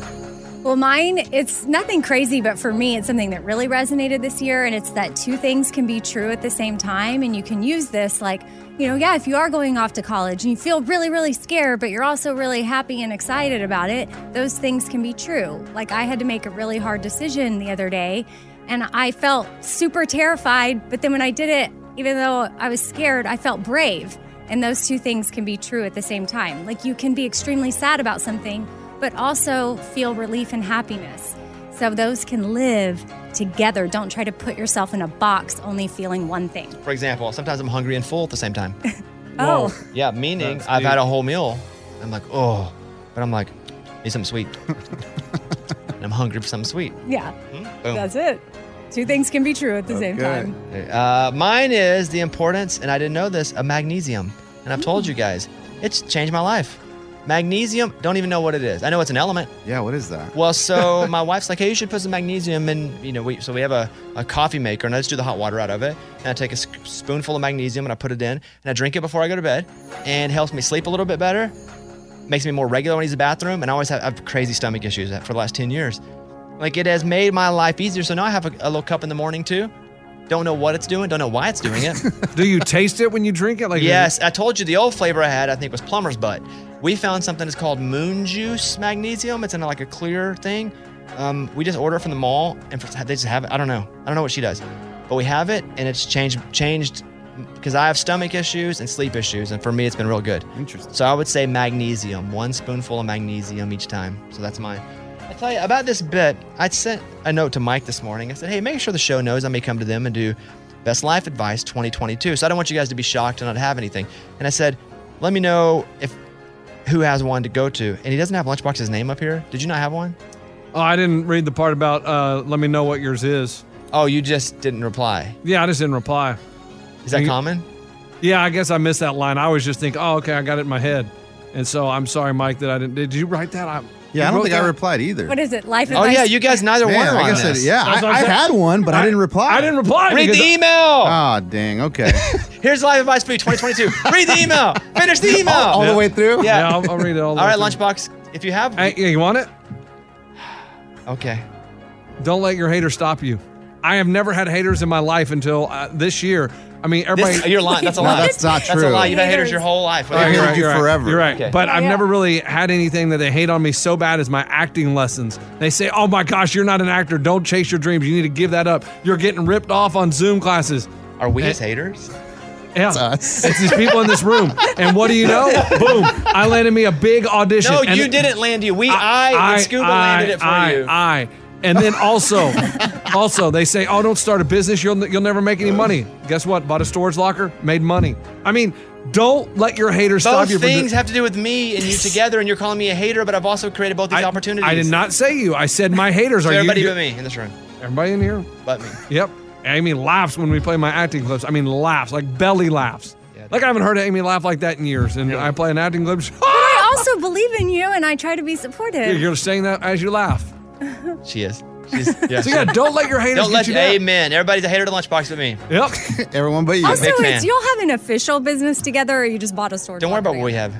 O: Well, mine, it's nothing crazy, but for me, it's something that really resonated this year. And it's that two things can be true at the same time. And you can use this, like, you know, yeah, if you are going off to college and you feel really, really scared, but you're also really happy and excited about it, those things can be true. Like, I had to make a really hard decision the other day, and I felt super terrified. But then when I did it, even though I was scared, I felt brave. And those two things can be true at the same time. Like, you can be extremely sad about something but also feel relief and happiness. So those can live together. Don't try to put yourself in a box only feeling one thing.
C: For example, sometimes I'm hungry and full at the same time.
O: Oh.
C: Yeah, meaning
O: That's
C: I've
O: deep.
C: had a whole meal. I'm like, oh, but I'm like, need something sweet. and I'm hungry for something sweet.
O: Yeah.
C: Hmm? Boom.
O: That's it. Two things can be true at the same time.
C: Uh, mine is the importance, and I didn't know this, of magnesium. And I've told you
G: Mm.
C: guys, it's changed my life. Magnesium, don't even know what it is. I know it's an element.
G: Yeah, what is that?
C: Well, so my wife's like, hey, you should put some magnesium in, you know, we, so we have a, a coffee maker, and I just do the hot water out of it. And I take a sc- spoonful of magnesium and I put it in, and I drink it before I go to bed, and helps me sleep a little bit better, makes me more regular when I use the bathroom, and I always have, I have crazy stomach issues for the last 10 years. Like, it has made my life easier. So now I have a, a little cup in the morning, too. Don't know what it's doing, don't know why it's doing it.
E: Do you taste it when you drink it? Like
C: yes, I told you the old flavor I had, I think, was plumber's butt. We found something that's called moon juice magnesium. It's in like a clear thing. Um, we just order it from the mall, and for, they just have it. I don't know. I don't know what she does, but we have it, and it's changed changed because I have stomach issues and sleep issues, and for me, it's been real good. Interesting. So I would say magnesium, one spoonful of magnesium each time. So that's mine. I tell you about this bit. I sent a note to Mike this morning. I said, "Hey, make sure the show knows I may come to them and do best life advice 2022." So I don't want you guys to be shocked and not have anything. And I said, "Let me know if who has one to go to." And he doesn't have Lunchbox's name up here. Did you not have one?
E: Oh, I didn't read the part about. Uh, let me know what yours is.
C: Oh, you just didn't reply.
E: Yeah, I just didn't reply.
C: Is that
E: You-
C: common?
E: Yeah, I guess I missed that line. I always just think, oh, okay, I got it in my head, and so I'm sorry, Mike, that I didn't. Did you write that? I,
G: Yeah, I
E: you
G: don't
E: wrote
G: think I
E: that?
G: replied either.
O: What is it? Life
C: Oh
O: advice?
C: yeah, you guys neither
G: Man,
C: one were
G: I
C: on
G: guess I-
C: this.
G: yeah, I, I had one, but I, didn't reply.
E: I didn't reply.
C: Read the email.
G: Ah, dang. Okay.
C: Here's live advice for you 2022. Read the email. Finish the email.
G: All- all the Yeah. way through?
C: Yeah.
G: Yeah,
E: I'll, I'll read it all. the
C: all
E: way
C: right,
E: through.
C: Lunchbox. If you have,
E: Hey, yeah, you want it?
C: Okay.
E: Don't let your hater stop you. I have never had haters in my life until uh, this year. I mean, everybody.
C: you're lying. That's a lie. That's a lie. You've had haters your whole life.
E: All right, you're right,
C: Haters.
E: you're right. You're right.
C: Okay.
E: But I've never really had anything that they hate on me so bad as my acting lessons. They say, oh my gosh, you're not an actor. Don't chase your dreams. You need to give that up. You're getting ripped off on Zoom classes. Eh,
C: Are we his haters?
E: Yeah. It's these people in this room. And what do you know? Boom. I landed me a big audition.
C: No,
E: And-
C: you didn't land you. We, I, and Scuba landed it for
E: I,
C: you.
E: I. And then also, also they say, "Oh, don't start a business. You'll you'll never make any money." Guess what? Bought a storage locker, made money. I mean, don't let your haters stop
C: both
E: you from
C: things
E: do-
C: have to do with me and you together, and you're calling me a hater, but I've also created both these opportunities.
E: I did not say you. I said my haters
C: So
E: are you.
C: everybody
E: you-
C: but me in this room.
E: Everybody in here?
C: But me.
E: Yep. Amy laughs when we play my acting clips. I mean, laughs, like belly laughs. like I haven't heard Amy laugh like that in years. And I play an acting clip. she-
O: But I also believe in you and I try to be supportive.
E: You're saying that as you laugh.
C: She is.
E: yeah. So yeah, don't let your haters
C: Don't let
E: get you down.
C: amen. Everybody's a hater at the lunchbox but me.
E: Yep.
G: Everyone but
O: Also,
C: Big
O: is
C: fan.
O: y'all have an official business together or you just bought a store?
C: Don't worry about what we have.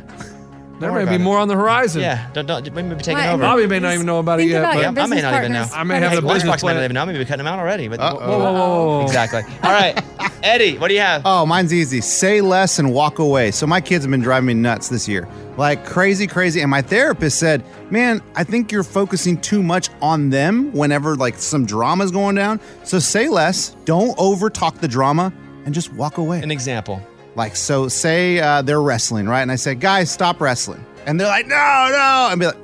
E: There may be more on the horizon.
C: Yeah, don't, don't, we may be taking
O: What?
C: over.
E: Bobby may not even know about it Think yet, about but- your
C: Yeah, I may
E: business
C: not even know.
E: partners. I may have the
C: Lunchbox
E: business
C: may
E: plan.
C: not even know. I may be cutting them out already. But
G: Whoa, whoa,
E: whoa, whoa.
C: Exactly. All right, Eddie, what do you have?
G: Oh, mine's easy. Say less and walk away. So my kids have been driving me nuts this year. Like crazy, crazy. And my therapist said, Man, I think you're focusing too much on them whenever like some drama's going down. So say less, don't over talk the drama, and just walk away. An
C: example.
G: Like, so say uh, they're wrestling, right? And I said, Guys, stop wrestling. And they're like, No, no. And be like,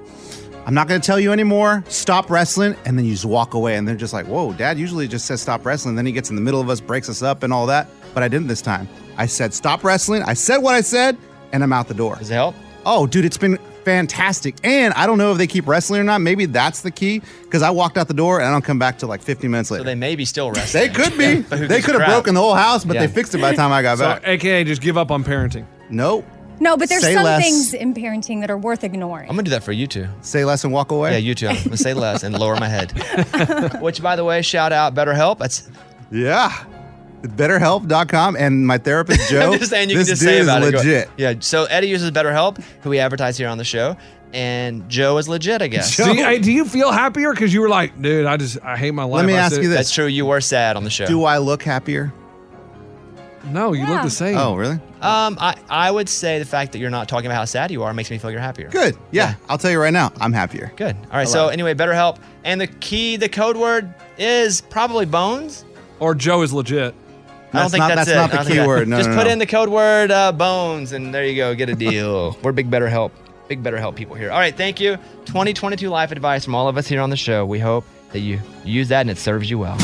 G: I'm not going to tell you anymore. Stop wrestling. And then you just walk away. And they're just like, whoa, dad usually just says stop wrestling. Then he gets in the middle of us, breaks us up, and all that. But I didn't this time. I said stop wrestling. I said what I said, and I'm out the door.
C: Does it help?
G: Oh, dude, it's been fantastic. And I don't know if they keep wrestling or not. Maybe that's the key because I walked out the door and I don't come back till like 15 minutes later.
C: They may be still
G: they
C: wrestling.
G: could be.
C: But who
G: they
C: gives a
G: could have
C: crap?
G: broken the whole house, but
C: Yeah.
G: they fixed it by the time I got
E: So,
G: back.
E: AKA, just give up on parenting.
G: Nope.
O: No, but there's
G: Say
O: some
G: less.
O: things in parenting that are worth ignoring.
C: I'm gonna do that for you two.
G: Say less and walk away.
C: Yeah, you two. I'm gonna say less and lower my head. Which, by the way, shout out BetterHelp. That's
G: Yeah. BetterHelp.com and my therapist Joe.
C: I'm just saying you
G: this
C: can just
G: dude
C: say
G: is
C: about it. Go-
G: legit.
C: Yeah. So Eddie uses BetterHelp, who we advertise here on the show, and Joe is legit, I guess.
E: Do you, hey, do you feel happier? Because you were like, dude, I just, I hate my life. I said-
C: That's true. You were sad on the show.
G: Do I look happier?
E: No, you look the same.
G: Oh, really?
C: Um, I, I would say the fact that you're not talking about how sad you are makes me feel you're happier.
G: Good. Yeah, I'll tell you right now, I'm happier.
C: Good. All right. So anyway, BetterHelp, and the key, the code word is probably bones.
E: Or Joe is legit.
C: I don't
G: That's
C: think
G: not-
C: that's,
G: that's
C: it.
G: not the
C: I don't think
G: key
C: that-
G: word. No,
C: Just
G: no,
C: put
G: no.
C: in the code word uh, bones, and there you go. Get a deal. We're big BetterHelp, big BetterHelp people here. All right. Thank you. 2022 life advice from all of us here on the show. We hope that you use that and it serves you well.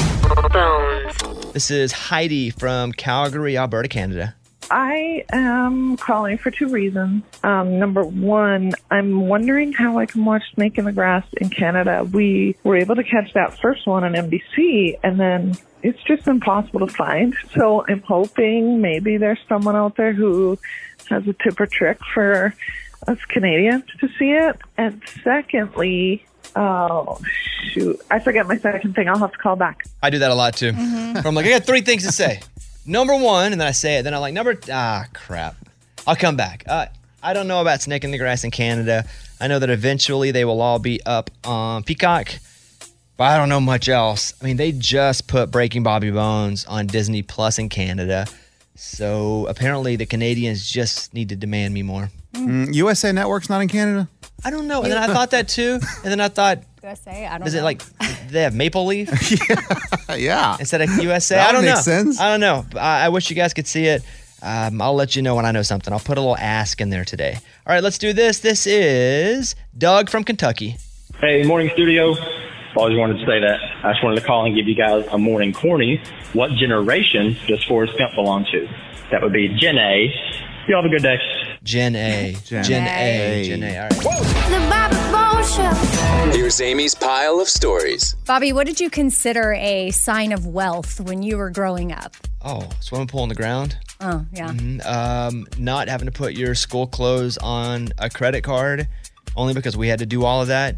C: This is Heidi from Calgary, Alberta, Canada.
I: I am calling for two reasons. Um, number one, I'm wondering how I can watch Snake in the Grass in Canada. We were able to catch that first one on NBC, and then it's just impossible to find. So I'm hoping maybe there's someone out there who has a tip or trick for us Canadians to see it. And secondly, oh, shoot, I forget my second thing. I'll have to call back.
C: I do that a lot too. Where I'm like, I got three things to say. number one, and then I say it. Then I'm like, number ah crap. I'll come back. Uh, I don't know about Snake in the Grass in Canada. I know that eventually they will all be up on Peacock, but I don't know much else. I mean, they just put Breaking Bobby Bones on Disney Plus in Canada, so apparently the Canadians just need to demand me more.
G: Mm, USA Network's not in Canada.
C: I don't know. And then I thought that too. And then I thought,
O: USA, I don't
C: Is
O: know.
C: it like they have maple leaf?
G: yeah.
C: Instead of USA,
G: That
C: I don't
G: would make
C: know.
G: sense.
C: I don't know. But I, I wish you guys could see it. Um, I'll let you know when I know something. I'll put a little ask in there today. All right, let's do this. This is Doug from Kentucky.
V: Hey, morning studio. Always wanted to say that. I just wanted to call and give you guys a morning corny. What generation does Forrest Gump belong to? That would be Gen A. You all have a good day.
C: Gen A. Gen, A. Gen A. All right.
O: The Bobby Bones Show.
B: Here's Amy's pile of stories.
O: Bobby, what did you consider a sign of wealth when you were growing up?
C: Oh, swimming pool on the ground.
O: Oh, yeah.
C: Mhm. Um, not having to put your school clothes on a credit card, only because we had to do all of that.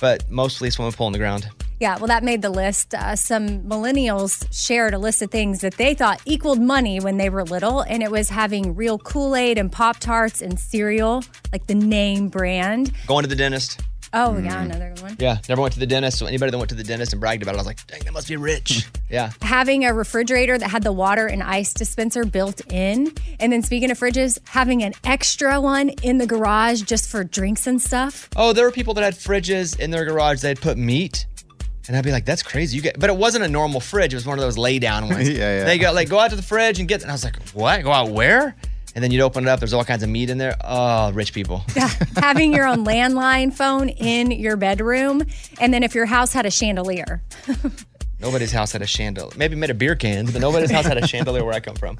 C: But mostly swimming pool on the ground.
O: Yeah, well, that made the list. Uh, some millennials shared a list of things that they thought equaled money when they were little, and it was having real Kool Aid and Pop Tarts and cereal, like the name brand.
C: Going to the dentist.
O: Oh,
G: Mm.
O: yeah, another good one.
C: Mm-hmm. Yeah, never went to the dentist. So anybody that went to the dentist and bragged about it, I was like, dang, that must be rich. yeah.
O: Having a refrigerator that had the water and ice dispenser built in. And then, speaking of fridges, having an extra one in the garage just for drinks and stuff.
C: Oh, there were people that had fridges in their garage that had put meat. And I'd be like, that's crazy. You get but it wasn't a normal fridge. It was one of those lay down ones.
G: Yeah, yeah.
C: They go like go out to the fridge and get and I was like, what? Go out where? And then you'd open it up, there's all kinds of meat in there. Oh, rich people.
O: having your own landline phone in your bedroom. And then, if your house had a chandelier.
C: Nobody's house had a chandelier. Maybe made of beer cans, but nobody's house had a chandelier where I come from.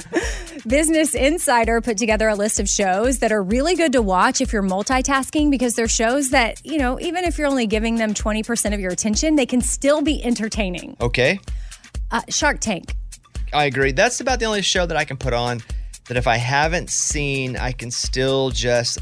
O: Business Insider put together a list of shows that are really good to watch if you're multitasking because they're shows that, you know, even if you're only giving them 20% of your attention, they can still be entertaining.
C: Okay.
O: Uh, Shark Tank.
C: I agree. That's about the only show that I can put on that if I haven't seen, I can still just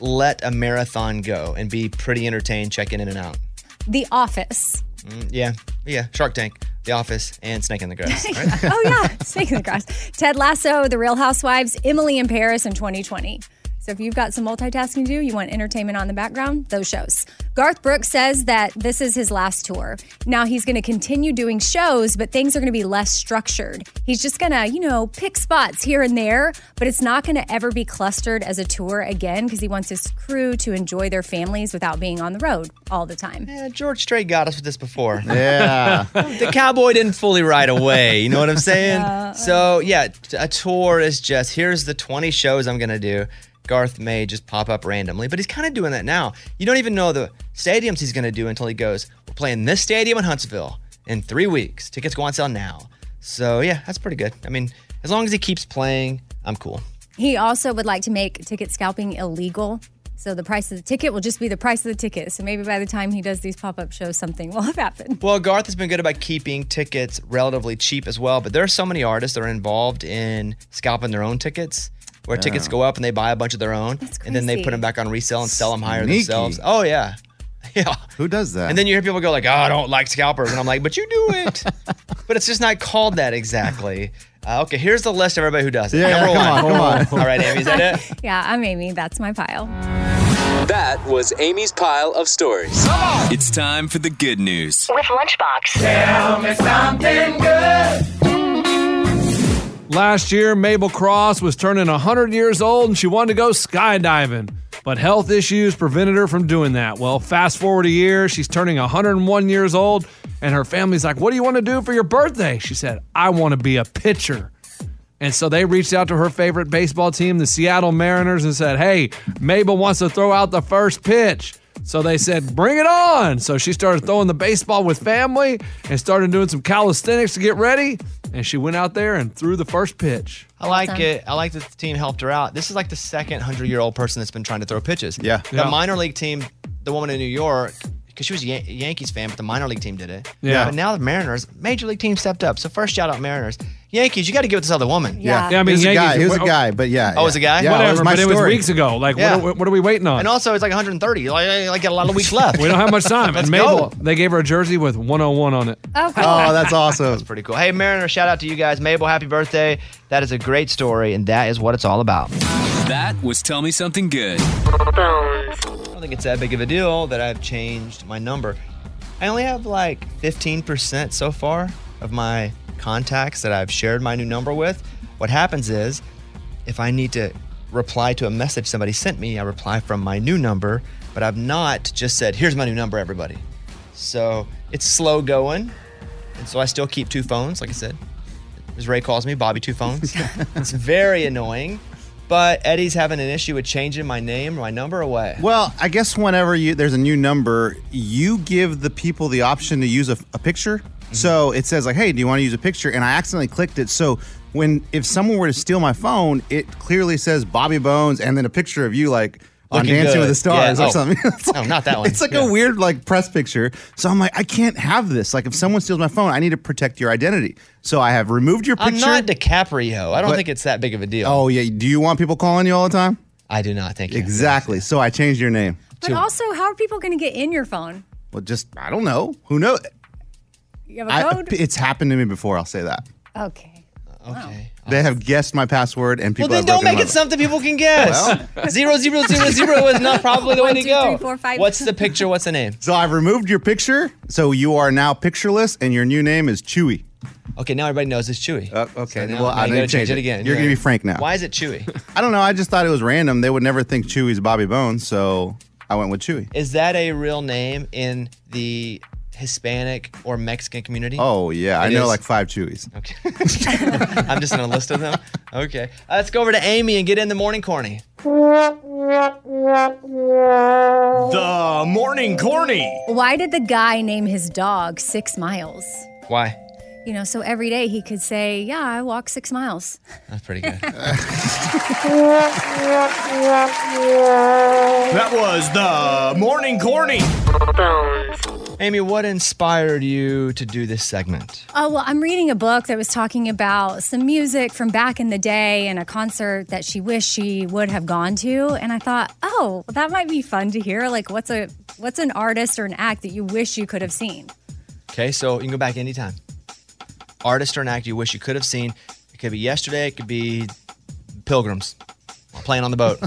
C: let a marathon go and be pretty entertained, checking in and out.
O: The Office.
C: Mm, yeah, yeah. Shark Tank, The Office, and Snake in the Grass. right?
O: oh, yeah. Snake in the Grass. Ted Lasso, The Real Housewives, Emily in Paris in 2020. So if you've got some multitasking to do, you want entertainment on the background, those shows. Garth Brooks says that this is his last tour. Now he's going to continue doing shows, but things are going to be less structured. He's just going to, you know, pick spots here and there, but it's not going to ever be clustered as a tour again because he wants his crew to enjoy their families without being on the road all the time.
C: Yeah, George Strait got us with this before.
G: Yeah.
C: the cowboy didn't fully ride away. You know what I'm saying?
O: Yeah.
C: so, yeah, t- a tour is just here's the 20 shows I'm going to do. Garth may just pop up randomly, but he's kind of doing that now. You don't even know the stadiums he's going to do until he goes, We're playing this stadium in Huntsville in three weeks. Tickets go on sale now. So, yeah, that's pretty good. I mean, as long as he keeps playing, I'm cool.
O: He also would like to make ticket scalping illegal. So the price of the ticket will just be the price of the ticket. So maybe by the time he does these pop up shows, something will have happened.
C: Well, Garth has been good about keeping tickets relatively cheap as well, but there are so many artists that are involved in scalping their own tickets. Where
U: Yeah.
C: tickets go up and they buy a bunch of their own, and then they
U: crazy.
C: put them back on resale and sell them higher
U: Sneaky.
C: themselves. Oh yeah, yeah.
G: Who does that?
C: And then you hear people go like, "Oh, I don't like scalpers," and I'm like, "But you do it." but it's just not called that exactly. Uh, okay, here's the list of everybody who does it.
A: Yeah,
C: Number
A: come
C: one.
A: on, come on.
C: All right, Amy, is that it?
O: yeah, I'm Amy. That's my pile.
A: That was Amy's pile of stories.
B: It's time for the good news.
L: With Lunchbox.
B: Tell me something
L: good.
E: Last year, Mabel Cross was turning 100 years old and she wanted to go skydiving, but health issues prevented her from doing that. Well, fast forward a year, she's turning 101 years old, and her family's like, What do you want to do for your birthday? She said, I want to be a pitcher. And so they reached out to her favorite baseball team, the Seattle Mariners, and said, Hey, Mabel wants to throw out the first pitch. So they said, Bring it on. So she started throwing the baseball with family and started doing some calisthenics to get ready. And she went out there and threw the first pitch.
C: I like it. I like that the team helped her out. This is like the second 100 year old person that's been trying to throw pitches.
G: Yeah.
C: The minor league team, the woman in New York, because she was a Yan- Yankees fan, but the minor league team did it.
E: Yeah.
C: But now the Mariners, major league team stepped up. So first shout out Mariners. Yankees, you got to give it to this other woman.
G: Yeah. Yeah, I mean, It was a Yankees- guy. It was a guy, but yeah,
C: Oh, it was a
G: yeah.
C: guy?
G: Yeah, it
E: Whatever, but it was weeks ago. Like,
C: Yeah.
E: what, are, what are we waiting on?
C: And also, it's like 130. Like, I I got a lot of weeks left.
E: we don't have much time.
C: Let's
E: and Mabel,
C: go.
E: they gave her a jersey with 101 on it.
G: Oh,
E: Oh,
G: awesome. that's
C: pretty cool. Hey, Mariner, shout out to you guys. Mabel, happy birthday. That is a great story, and that is what it's all about.
B: That was Tell Me Something Good.
C: I don't think it's that big of a deal that I've changed my number. I only have like 15% so far of my contacts that I've shared my new number with. What happens is if I need to reply to a message somebody sent me, I reply from my new number, but I've not just said, here's my new number, everybody. So it's slow going. And so I still keep two phones, like I said. As Ray calls me, Bobby Two Phones. it's very annoying. But Eddie's having an issue with changing my name or my number away.
G: Well, I guess whenever you there's a new number, you give the people the option to use a, a picture.
C: Mm-hmm.
G: So it says like, "Hey, do you want to use a picture?" And I accidentally clicked it. So when if someone were to steal my phone, it clearly says Bobby Bones and then a picture of you like on
C: Looking
G: Dancing
C: good.
G: with the Stars
C: Yeah.
G: or
C: Oh.
G: something. It's
C: No, not that one.
G: It's like
C: Yeah.
G: a weird like press picture. So I'm like, I can't have this. Like if someone steals my phone, I need to protect your identity. So I have removed your picture.
C: I'm not DiCaprio. Oh, I don't
G: But-
C: think it's that big of a deal.
G: Oh yeah. Do you want people calling you all the time?
C: I do not. Thank you.
G: Exactly. So I changed your name.
O: But also, how are people going to get in your phone?
G: Well, just I don't know. Who knows?
O: You have a
C: uh,
G: I,
O: code?
G: it's happened to me before. I'll say that
O: okay.
G: they have guessed my password and
C: Well,
G: people.
C: then
G: have
C: don't
G: broken
C: make it
G: my-
C: something people can guess. zero, zero, zero, zero is not probably the way
O: One,
C: to
O: two,
C: go.
O: three, four, five.
C: What's the picture? What's the name?
G: So I've removed your picture, so you are now pictureless, and your new name is Chewy.
C: Okay, now everybody knows it's Chewy.
G: Oh, okay,
C: now-
G: well
C: now
G: I
C: you
G: didn't
C: gotta
G: change,
C: change it again.
G: You're
C: Yeah.
G: gonna be Frank now.
C: Why is it Chewy?
G: I don't know. I just thought it was random. They would never think Chewy's Bobby Bones, so I went with Chewy.
C: Is that a real name in the Hispanic or Mexican community?
G: Oh yeah, I
C: It
G: know
C: is?
G: like five Chewy's.
C: Okay. I'm just in a list of them. Okay. Uh, let's go over to Amy and get in the morning corny.
O: The
N: morning corny.
O: Why did the guy name his dog Six Miles?
C: Why?
O: You know, so every day he could say, Yeah, I walk six miles.
C: That's pretty good.
N: That was the morning corny.
C: Amy, what inspired you to do this segment?
O: Oh, well, I'm reading a book that was talking about some music from back in the day and a concert that she wished she would have gone to. And I thought, oh, well, that might be fun to hear. Like, what's a what's an artist or an act that you wish you could have seen?
C: Okay, so you can go back anytime. Artist or an act you wish you could have seen. It could be yesterday, it could be Pilgrims playing on the boat.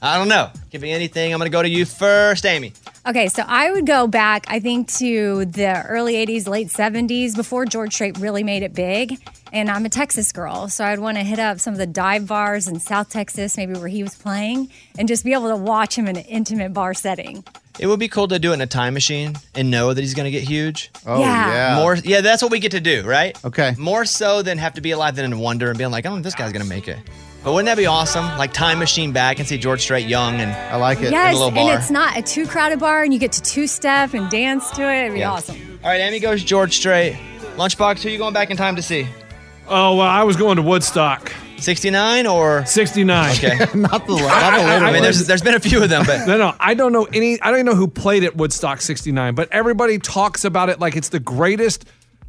C: I don't know. It could be anything. I'm going to go to you first, Amy.
O: Okay, so I would go back, I think, to the early 80s, late 70s, before George Strait really made it big. And I'm a Texas girl, so I'd want to hit up some of the dive bars in South Texas, maybe where he was playing, and just be able to watch him in an intimate bar setting.
C: It would be cool to do it in a time machine and know that he's going to get huge.
O: Oh, Yeah. yeah.
C: More, yeah, that's what we get to do, right?
G: Okay.
C: More so than have to be alive than in wonder and being like, I don't know if this guy's going to make it. But wouldn't that be awesome? Like time machine back and see George Strait young and I like
O: yes,
C: in a little bar.
O: and it's not a too crowded bar, and you get to two step and dance to it. It'd be
C: Yeah.
O: awesome.
C: All right, Amy goes George Strait. Lunchbox, who you going back in time to see?
E: Oh, well, I was going to Woodstock.
C: 69 or
E: 69.
C: Okay.
G: not the later.
C: not the later I mean, there's- there's been a few of them, but
E: No, no, I don't know any I don't even know who played at Woodstock 69, but everybody talks about it like it's the greatest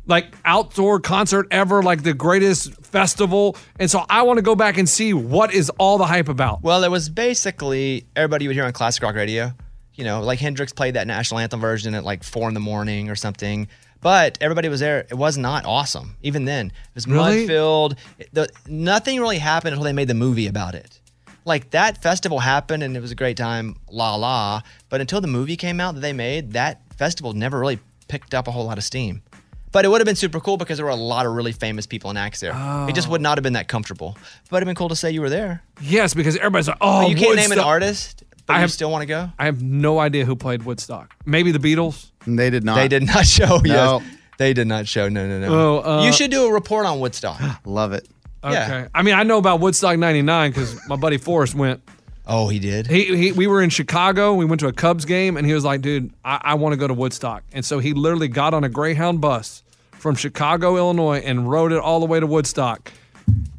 E: like outdoor concert ever, like the greatest festival. And so I want to go back and see what is all the hype about.
C: Well, it was basically everybody you would hear on classic rock radio. You know, like Hendrix played that national anthem version at like four in the morning or something. But everybody was there. It was not awesome, even then. It was
E: Really?
C: mud filled. The, nothing really happened until they made the movie about it. Like that festival happened and it was a great time, la la. But until the movie came out that they made, that festival never really picked up a whole lot of steam. But it would have been super cool because there were a lot of really famous people and acts there. It just
E: Oh.
C: would not have been that comfortable. But it'd been cool to say you were there.
E: Yes, because everybody's like, oh,
C: But you can't name an
E: Woodstock."
C: artist, but
E: I
C: you
E: have-
C: still want to go.
E: I have no idea who played Woodstock. Maybe the Beatles.
G: They did not.
C: They did not show.
E: No.
C: Yes, they did not show. No, no, no.
E: Oh, uh,
C: you should do a report on Woodstock.
G: Love it.
E: Okay.
C: Yeah.
E: I mean, I know about Woodstock 99 because my buddy Forrest went.
C: Oh, he did?
E: He, he We were in Chicago. We went to a Cubs game, and he was like, dude, I, I want to go to Woodstock. And so he literally got on a Greyhound bus from Chicago, Illinois, and rode it all the way to Woodstock.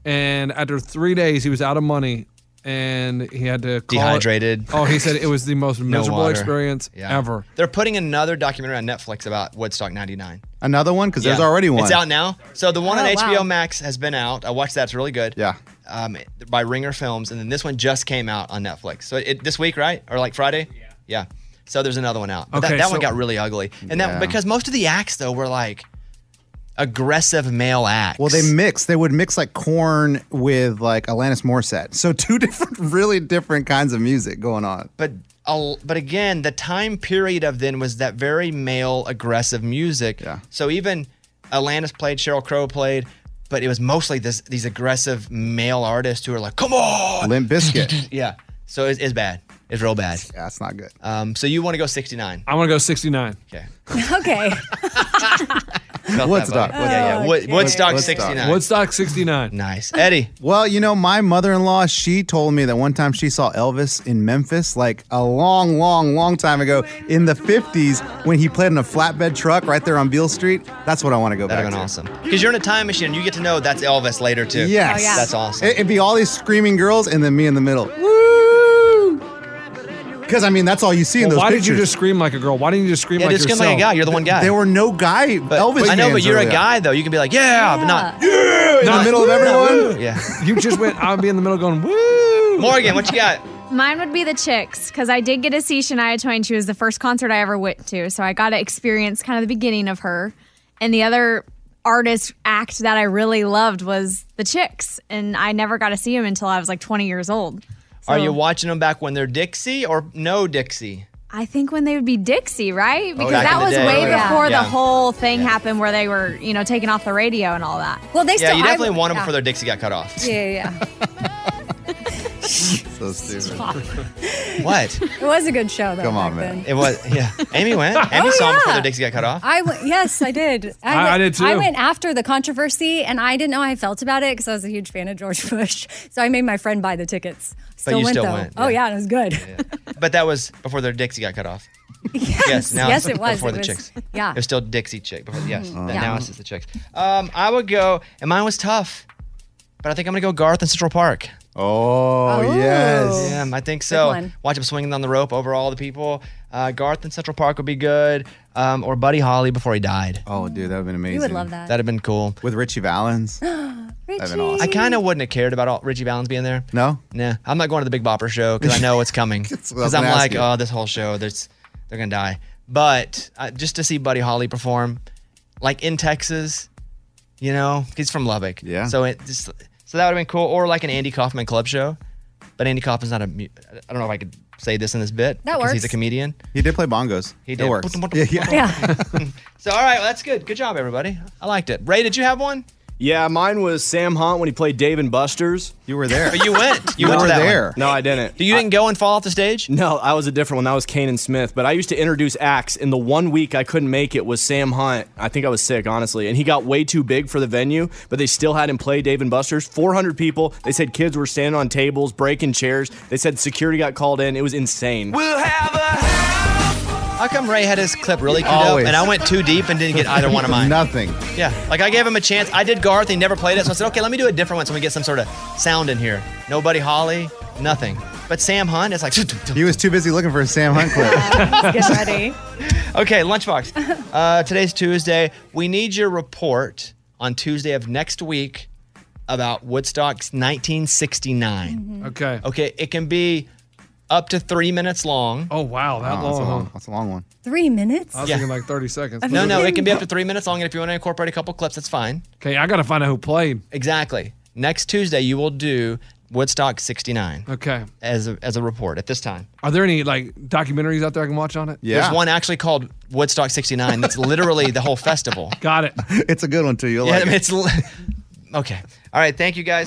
E: And after three days, he was out of money. And he had to call it-
C: Dehydrated.
E: Oh, he said it was the most
C: No
E: miserable
C: water.
E: experience
C: Yeah.
E: ever.
C: They're putting another documentary on Netflix about Woodstock 99.
G: Another one? Because there's
C: Yeah.
G: already one.
C: It's out now. So the one
G: Oh,
C: on
G: wow.
C: HBO Max has been out. I watched that. It's really good.
G: Yeah.
C: Um, by Ringer Films, and then this one just came out on Netflix. So it, this week, right, or like Friday? Yeah. Yeah. So there's another one out. But
E: Okay,
C: that, that
E: so-
C: one got really ugly, and
G: Yeah.
C: that because most of the acts though were like aggressive male acts.
G: Well, they mix. They would mix like corn with like Alanis Morissette. So two different, really different kinds of music going on.
C: but a- but again, the time period of then was that very male aggressive music. Yeah. So even Alanis played, Cheryl Crow played, but it was mostly this these aggressive male artists who are like, "Come on!"
G: Limp Biscuit.
C: Yeah. So it's, it's bad. It's real bad.
G: Yeah, it's not good.
C: Um. So you want to go 69?
E: I want to go 69.
C: Okay.
O: Okay.
C: Felt that
G: Woodstock.
C: vibe. Yeah, yeah. Wood-
G: Woodstock.
C: Woodstock
G: Woodstock.
C: 69.
E: Woodstock 69.
C: Nice. Eddie.
G: Well, you know, my mother in law, she told me that one time she saw Elvis in Memphis, like a long, long, long time ago in the 50s when he played in a flatbed truck right there on Beale Street. That's what I want to go
C: That'd
G: back
C: have been
G: to.
C: awesome. Because you're in a time machine and you get to know that's Elvis later too.
G: Yes. Oh,
C: That's awesome.
G: It, would be all these screaming girls and then me in the middle. Woo! Because, I mean, that's all you see in
E: Well,
G: those
E: why
G: pictures.
E: did you just scream like a girl? Why didn't you just scream
C: Yeah,
E: like
C: just scream
E: yourself?
C: like a guy. You're the one guy.
G: There were no guy Elvis
C: I know, but
G: fans
C: you're a
G: earlier.
C: guy though. You can be like, yeah, but not
G: in the middle of everyone.
C: Yeah.
E: You just went, I'll be in the middle going, woo.
C: Morgan, what you got?
F: Mine would be the Chicks because I did get to see Shania Twain. She was the first concert I ever went to, so I got to experience kind of the beginning of her. And the other artist act that I really loved was the Chicks, and I never got to see them until I was like 20 years old.
C: Are
F: So-
C: you watching them back when they're Dixie or no Dixie?
F: I think when they would be Dixie, right? Because
C: back in
F: that
C: the
F: was
C: day.
F: way
C: Oh, yeah.
F: before
C: Yeah.
F: the whole thing happened where they were, you know, taking off the radio and all that.
O: Well, they
C: yeah, you definitely won them before their Dixie got cut off.
O: Yeah, yeah,
G: So stupid.
C: What?
O: yeah. It was a good show though.
C: Come on,
O: back then.
C: It was yeah. Amy went. Amy
O: Oh,
C: saw 'em before
O: yeah.
C: their Dixie got cut off.
O: I went, yes, I did.
C: I-
O: went,
C: I did too.
O: I went after the controversy, and I didn't know how I felt about it because I was a huge fan of George Bush. So I made my friend buy the tickets. Still
C: you
O: went
C: still
O: though.
C: went,
O: Oh yeah, and it was good.
C: But that was before their Dixie got cut off. Yes, now
O: yes,
C: it's
O: it was.
C: Before
O: It
C: the
O: was-
C: chicks.
O: yeah.
C: It was still Dixie chick. Before, yes,
O: Mhm.
C: that
O: Yeah.
C: now it's just the chicks. Um, I would go, and mine was tough, but I think I'm going to go Garth in Central Park.
G: Oh, yes.
C: Yeah, I think so.
G: one.
C: Watch him swinging on the rope over all the people. Uh, Garth in Central Park would be good, um, or Buddy Holly before he died.
G: Oh, dude, that would have been amazing.
O: would love that.
C: That'd have been cool
G: with Richie Valens.
O: Richie.
C: I kind of wouldn't have cared about all, Richie Valens being there.
G: No,
C: nah, I'm not going to the Big Bopper show because I know it's coming.
G: what I was
C: Because
G: gonna
C: I'm
G: ask
C: like,
G: you.
C: oh, this whole show, there's, they're gonna die. But uh, just to see Buddy Holly perform, like in Texas, you know, he's from Lubbock. Yeah. So it just, so that would have been cool, or like an Andy Kaufman club show. But Andy Kaufman's not a. mu- I don't know if I could say this in this bit.
O: That
C: because He's
O: works.
C: a comedian.
G: He did play bongos.
C: He
G: It
C: did.
G: works.
C: Yeah,
O: yeah.
C: So all right, well, that's good. Good job, everybody. I liked it. Ray, did you have one?
U: Yeah, mine was Sam Hunt when he played Dave and Buster's.
G: You were there.
C: But you went. You went to that one.
U: No, I didn't.
C: You didn't go and fall off the stage?
U: No, I was a different one. That was Kane and Smith. But I used to introduce acts, and the one week I couldn't make it was Sam Hunt. I think I was sick, honestly. And he got way too big for the venue, but they still had him play Dave and Buster's. 400 people. They said kids were standing on tables, breaking chairs. They said security got called in. It was insane.
C: How come Ray had his clip really queued up
U: Always.
C: and I went too deep and didn't get either one of mine?
G: Nothing.
C: Yeah, like I gave him a chance. I did Garth, he never played it, so I said, okay, let me do a different one so we get some sort of sound in here. Nobody Holly, nothing. But Sam Hunt, it's like,
G: He was too busy looking for a Sam Hunt clip.
O: Get ready.
C: okay, Lunchbox. Uh, today's Tuesday. We need your report on Tuesday of next week about Woodstock's 1969.
E: Mm-hmm. Okay.
C: Okay, it can be up to three minutes long.
E: Oh, wow, that
C: That's a
E: long,
C: long,
E: huh?
G: that's a long one.
O: Three minutes?
E: I was thinking like 30 seconds.
C: No, no, it can be up to three minutes long, and if you want to incorporate a couple clips, that's fine.
E: Okay, I got to find out who played.
C: Exactly. Next Tuesday, you will do Woodstock 69
E: Okay.
C: as a, as a report at this time.
E: Are there any like documentaries out there I can watch on it?
C: There's one actually called Woodstock 69 that's literally the whole festival.
E: Got it.
G: it's a good one, too. You'll
C: Yeah,
G: like it.
C: it's. li- okay. All right. Thank you, guys.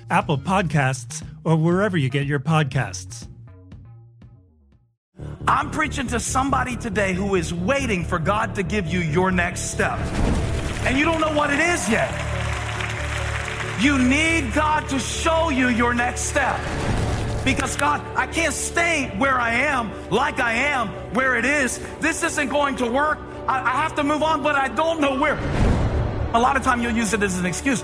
H: Apple Podcasts, or wherever you get your podcasts.
Q: I'm preaching to somebody today who is waiting for God to give you your next step. And you don't know what it is yet. You need God to show you your next step. Because God, I can't stay where I am, like I am, where it is. This isn't going to work. I, I have to move on, but I don't know where. A lot of time you'll use it as an excuse.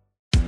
R: Mm-hmm.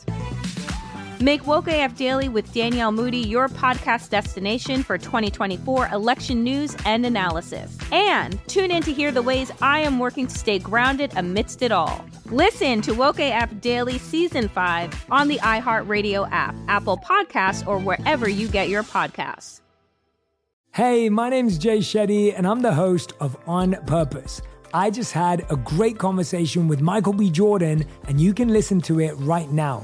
R: Make Woke AF Daily with Danielle Moody your podcast destination for 2024 election news and analysis. And tune in to hear the ways I am working to stay grounded amidst it all. Listen to Woke AF Daily Season 5 on the iHeartRadio app, Apple Podcasts, or wherever you get your podcasts.
S: Hey, my name's Jay Shetty, and I'm the host of On Purpose. I just had a great conversation with Michael B. Jordan, and you can listen to it right now.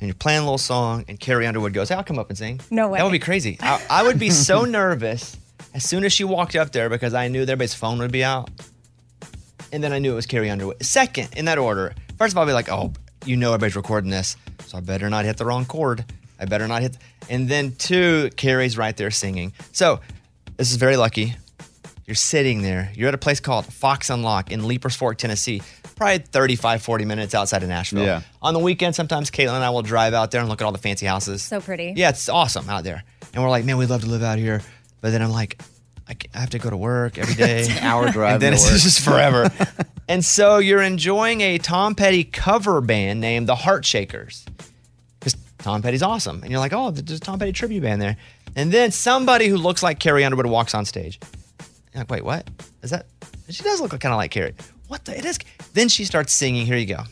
C: and you're playing a little song and Carrie Underwood goes, hey, I'll come up and sing.
O: No way.
C: That would be crazy. I, I would be so nervous as soon as she walked up there because I knew everybody's phone would be out. And then I knew it was Carrie Underwood. Second, in that order, first of all, I'd be like, oh, you know everybody's recording this, so I better not hit the wrong chord. I better not hit. And then two, Carrie's right there singing. So this is very lucky. You're sitting there. You're at a place called Fox Unlock in Leapers Fork, Tennessee, probably 35, 40 minutes outside of Nashville.
G: Yeah.
C: On the weekend, sometimes Caitlin and I will drive out there and look at all the fancy houses.
O: So pretty.
C: Yeah, it's awesome out there. And we're like, man, we'd love to live out here. But then I'm like, I, ca- I have to go to work every day.
G: It's an hour drive
C: And then
G: to
C: it's
G: work.
C: just forever. and so you're enjoying a Tom Petty cover band named the Heart Shakers. Because Tom Petty's awesome. And you're like, oh, there's a Tom Petty tribute band there. And then somebody who looks like Carrie Underwood walks on stage. You're like, wait, what? Is that? She does look kind of like Carrie. What the? It is. Then she starts singing. Here you go.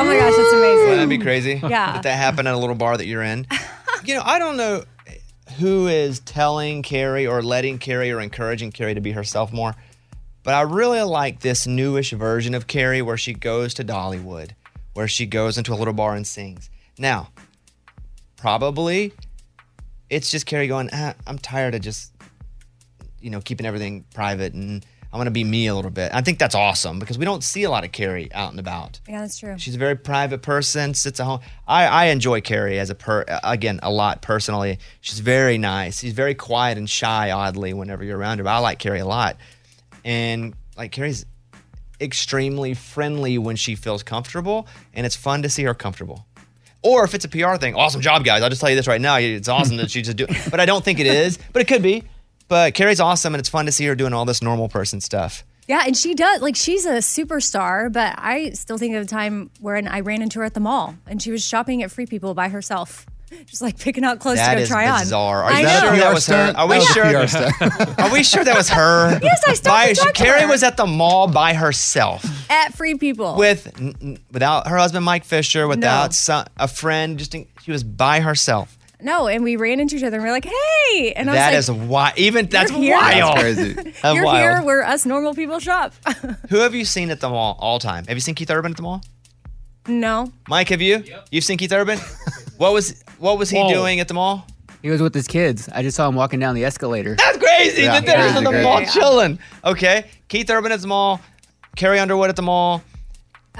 O: Oh my gosh, that's amazing.
C: Wouldn't that be crazy?
O: Yeah.
C: Did that happen at a little bar that you're in? you know, I don't know who is telling Carrie or letting Carrie or encouraging Carrie to be herself more, but I really like this newish version of Carrie where she goes to Dollywood, where she goes into a little bar and sings. Now, probably it's just Carrie going, ah, I'm tired of just, you know, keeping everything private and I want to be me a little bit. I think that's awesome because we don't see a lot of Carrie out and about.
O: Yeah, that's true.
C: She's a very private person. Sits at home. I, I enjoy Carrie as a per again a lot personally. She's very nice. She's very quiet and shy. Oddly, whenever you're around her, but I like Carrie a lot. And like Carrie's extremely friendly when she feels comfortable, and it's fun to see her comfortable. Or if it's a PR thing, awesome job, guys. I'll just tell you this right now. It's awesome that she just do But I don't think it is, but it could be. But Carrie's awesome, and it's fun to see her doing all this normal person stuff.
O: Yeah, and she does. Like, she's a superstar, but I still think of the time when I ran into her at the mall and she was shopping at Free People by herself, just like picking out clothes
C: That
O: to go
C: is
O: try on.
C: bizarre. Are
O: I
C: you
O: know.
C: sure that was her? Are we sure? Are we sure that was her?
O: Yes, I stopped
C: By,
O: and talked to
C: Carrie
O: her.
C: was at the mall by herself
O: At Free People.
C: with n- n- without her husband Mike Fisher, without so- a friend. Just in, she was by herself.
O: No, and we ran into each other and we are like, hey. And I
C: That
O: was
C: is
O: like,
C: wild. Even that's
O: here?
C: wild.
O: That's crazy.
C: That's
O: you're
C: wild.
O: here where us normal people shop.
C: Who have you seen at the mall all time? Have you seen Keith Urban at the mall?
O: no.
C: Mike, have you? You've seen Keith Urban? what was what was he
K: Whoa.
C: doing at the mall?
K: He was with his kids. I just saw him walking down the escalator.
C: That's crazy.
K: Yeah.
C: that they're
K: Yeah.
C: at the
K: Crazy,
C: mall
K: crazy.
C: chilling. Okay. Keith Urban at the mall. Carrie Underwood at the mall.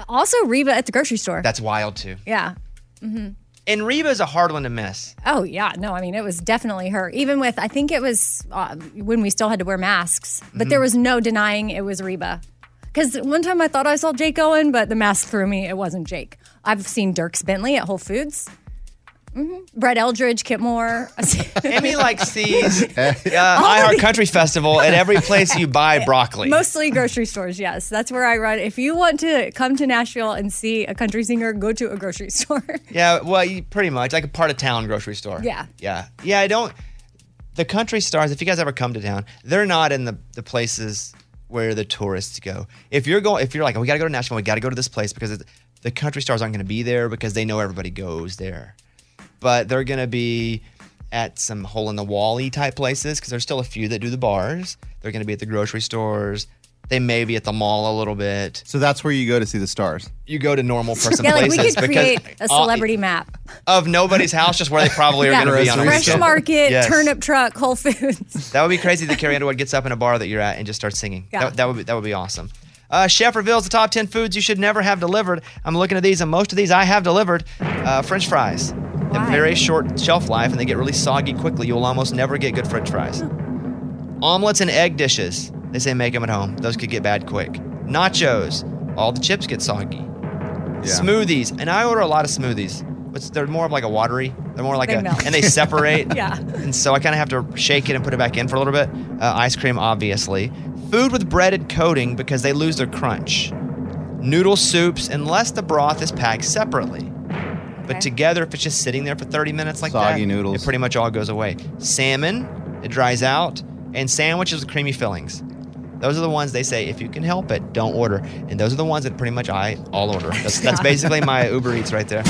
O: Also, Reba at the grocery store.
C: That's wild too.
O: yeah. hmm
C: And Reba's a hard one to miss.
O: Oh, yeah. No, I mean, it was definitely her. Even with, I think it was uh, when we still had to wear masks, but there
C: Mhm.
O: was no denying it was Reba. Because one time I thought I saw Jake Owen, but the mask threw me. It wasn't Jake. I've seen Dirks Bentley at Whole Foods. hmm Brett Eldridge, Kit Moore.
C: Emmy like sees uh,
O: All
C: I Heart Country Festival at every place you buy broccoli.
O: Mostly grocery stores, yes. That's where I run. If you want to come to Nashville and see a country singer, go to a grocery store.
C: yeah, well, you, pretty much like a part of town grocery store.
O: Yeah.
C: yeah, yeah. I don't. The country stars, if you guys ever come to town, they're not in the the places where the tourists go. If you're going, if you're like, "Oh, we got to go to Nashville, we got to go to this place because it, the country stars aren't going to be there because they know everybody goes there. but they're going to be at some hole in the wally type places because there's still a few that do the bars. They're going to be at the grocery stores. They may be at the mall a little bit.
G: So that's where you go to see the stars.
C: You go to normal person
O: yeah, like
C: places
O: we could create
C: because
O: a
C: all-
O: celebrity map.
C: of nobody's house, just where they probably
O: Yeah.
C: are going to be on a
O: fresh
C: weekend.
O: market,
C: Yes.
O: turnip truck, Whole Foods.
C: That would be crazy that Carrie Underwood gets up in a bar that you're at and just starts singing.
O: Yeah.
C: That, that would be that would be awesome. Uh, Chef reveals the top 10 foods you should never have delivered. I'm looking at these, and most of these I have delivered. Uh, French fries. They have very short shelf life, and they get really soggy quickly. You will almost never get good French fries. Omelets and egg dishes. They say make them at home. Those could get bad quick. Nachos. All the chips get soggy. Smoothies. And I order a lot of smoothies. It's, they're more of like a watery. They're more like
O: They
C: a,
O: melt.
C: and they separate.
O: yeah.
C: And so I kind of have to shake it and put it back in for a little bit. Uh, ice cream, obviously. Food with breaded coating because they lose their crunch. Noodle soups, unless the broth is packed separately. But
G: Okay.
C: together, if it's just sitting there for 30 minutes like that,
G: Soggy noodles.
C: it pretty much all goes away. Salmon, it dries out. And sandwiches with creamy fillings. Those are the ones they say, if you can help it, don't order. And those are the ones that pretty much I all order. That's, that's basically my Uber Eats right there.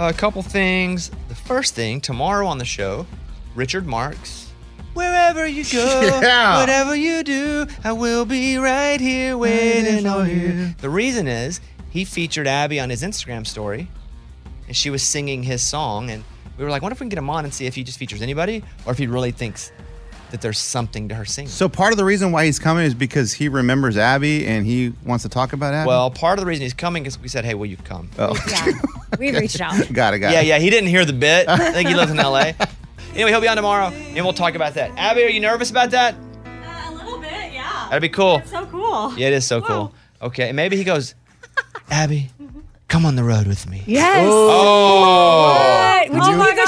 C: A couple things. The first thing, tomorrow on the show, Richard Marks. Wherever you go,
N: Yeah.
C: whatever you do, I will be right here waiting on you. The reason is he featured Abby on his Instagram story, and she was singing his song, and we were like, "Wonder if we can get him on and see if he just features anybody, or if he really thinks that there's something to her singing."
G: So part of the reason why he's coming is because he remembers Abby and he wants to talk about Abby.
C: Well, part of the reason he's coming is we said, "Hey, will you come?"
G: oh,
O: We reached out.
G: got it, got
C: yeah,
G: it.
C: yeah. He didn't hear the bit. I think he lives in LA. Anyway, he'll be on tomorrow, and we'll talk about that. Abby, are you nervous about that?
W: A little bit, yeah.
C: That'd be cool.
W: So cool.
C: Yeah, it is so cool. Okay, and maybe he goes, Abby, come on the road with me.
O: Yes.
C: Oh.
O: What? Would you leave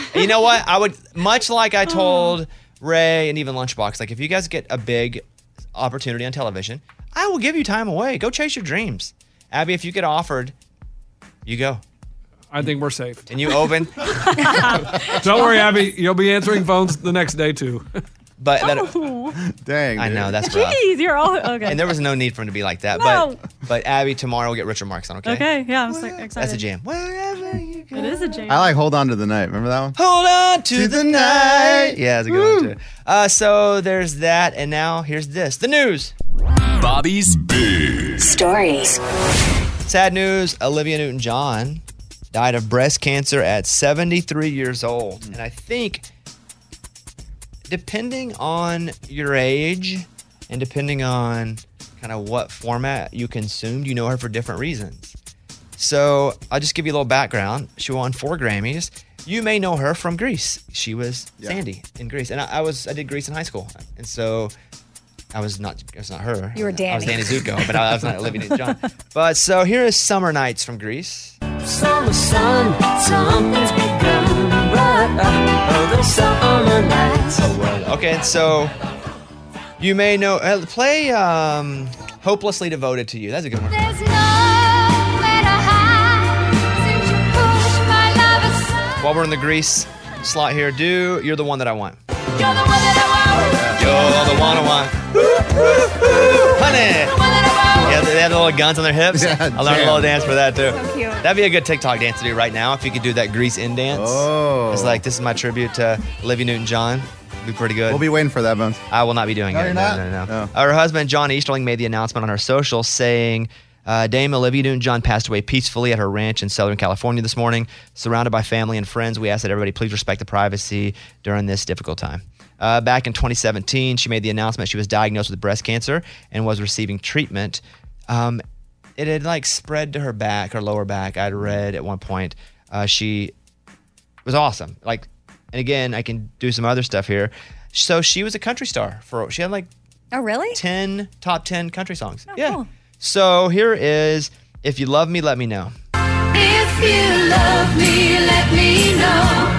O: a show?
C: You know what? I would much like
W: Oh.
C: I told Ray and even Lunchbox, like if you guys get a big opportunity on television, I will give you time away. Go chase your dreams. Abby, if you get offered, you go.
E: I think we're safe.
C: And you open.
E: Don't worry, Abby. You'll be answering phones the next day too.
C: But
W: Ooh.
G: dang,
C: I know that's rough.
W: Oh. Jeez, you're all okay.
C: And there was no need for him to be like that.
W: No.
C: But but Abby, tomorrow we'll get Richard Marks on, okay?
W: okay. yeah, I'm so excited.
C: That's a jam. Wherever you go. It
W: is a jam.
G: I like Hold On to the Night. Remember that one?
C: Hold on to,
G: To
C: the,
G: the
C: night.
G: night.
C: Yeah, it's a good one too. Uh, so there's that, and now here's this: the news.
B: Bobby's Big
L: Stories.
C: Sad news: Olivia Newton-John died of breast cancer at 73 years old, and I think, depending on your age, and depending on kind of what format you consumed, you know her for different reasons. So I'll just give you a little background. She won four Grammys. You may know her from Greece. She was
U: Yeah.
C: Sandy in Greece, and I, I was I did Greece in high school, and so I was not I was not her.
O: You were
C: I was Danny
O: Danny.
C: Zuko, but I, I was not Olivia Newton-John. But so here is Summer Nights from Greece.
B: Summer sun, something's begun.
C: Okay, and so you may know uh, play um, "Hopelessly Devoted to You." That's a good one. While we're in the Greece slot here, do "You're the One That I Want." You're the one I want. Honey. Yeah, they had the little guns on their hips. I learned a little dance for that too. So
O: cute.
C: That'd be a good TikTok dance to do right now if you could do that Grease in dance. Oh. It's like, this is my tribute to Olivia Newton John. Be pretty good.
G: We'll be waiting for that, Bones.
C: I will not be doing
G: No,
C: it.
G: you're
C: no,
G: not?
C: no, no, no. Her husband, John Easterling, made the announcement on her social saying, uh, Dame Olivia Newton John passed away peacefully at her ranch in Southern California this morning, surrounded by family and friends. We ask that everybody please respect the privacy during this difficult time. Uh, back in 2017, she made the announcement she was diagnosed with breast cancer and was receiving treatment. Um, it had like spread to her back, her lower back. I'd read at one point. Uh, she was awesome. Like, and again, I can do some other stuff here. So she was a country star for. She had like
O: Oh, really?
C: ten top ten country songs. yeah. So here is "If You Love Me, Let Me Know."
B: If you love me, let me know.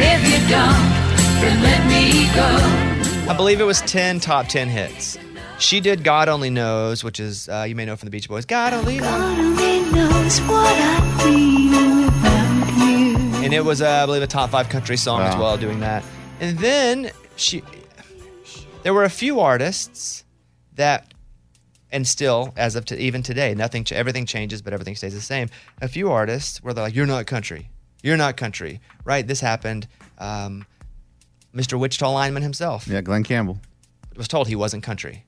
B: If you don't, then let me go.
C: I believe it was ten top ten hits. She did "God Only Knows," which is uh, you may know from the Beach Boys. God only
B: knows what I feel about you.
C: and it was uh, I believe a top five country song as
B: Wow.
C: well doing that. And then she, there were a few artists that And still, as of to even today, nothing, ch- everything changes, but everything stays the same. A few artists where they're like, "You're not country. You're not country." Right? This happened. Um, Mr. Wichita Lineman himself
G: Yeah, Glenn Campbell.
C: was told he wasn't country.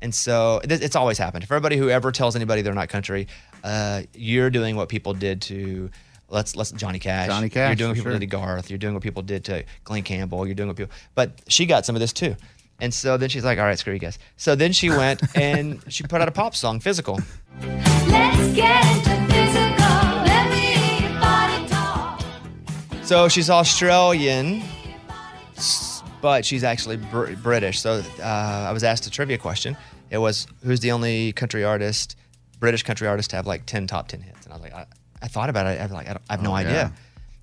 C: And so it- it's always happened. For everybody who ever tells anybody they're not country, uh, you're doing what people did to let's let's Johnny Cash.
G: Johnny Cash,
C: You're doing what
G: for
C: people
G: sure.
C: did to Garth. You're doing what people did to Glenn Campbell. You're doing what people. But she got some of this too. And so then she's like, "All right, screw you guys." So then she went and she put out a pop song, "Physical."
B: Let's get into physical. Let me hear your body talk.
C: So she's Australian, s- but she's actually Br- British. So uh, I was asked a trivia question. It was who's the only country artist, British country artist, to have like ten top ten hits? And I was like, uh, I, I thought about it. I was like, I, don't- I have no
G: Oh,
C: idea.
G: yeah.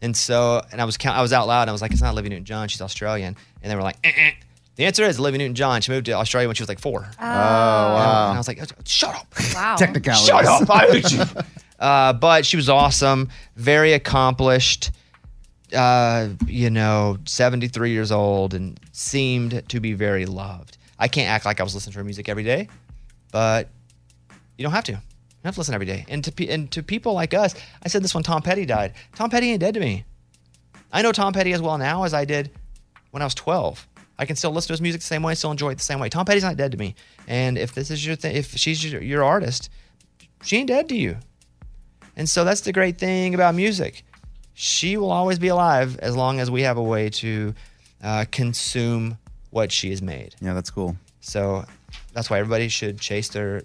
C: And so, and I was count, I was out loud. And I was like, it's not Livy Newton John. She's Australian. And they were like, eh, eh. the answer is Livy Newton John. She moved to Australia when she was like four. Oh,
G: wow.
C: And I was like, shut up.
F: Wow.
G: Technicalities.
C: Shut up. I hate you. Uh, but she was awesome, very accomplished, uh, you know, 73 years old, and seemed to be very loved. I can't act like I was listening to her music every day, but you don't have to. You don't have to listen every day. And to, pe- and to people like us, I said this when Tom Petty died. Tom Petty ain't dead to me. I know Tom Petty as well now as I did when I was 12. I can still listen to his music the same way, still enjoy it the same way. Tom Petty's not dead to me. And if this is your thing, if she's your, your artist, she ain't dead to you. And so that's the great thing about music. She will always be alive as long as we have a way to uh, consume what she has made.
G: Yeah, that's cool.
C: So that's why everybody should chase their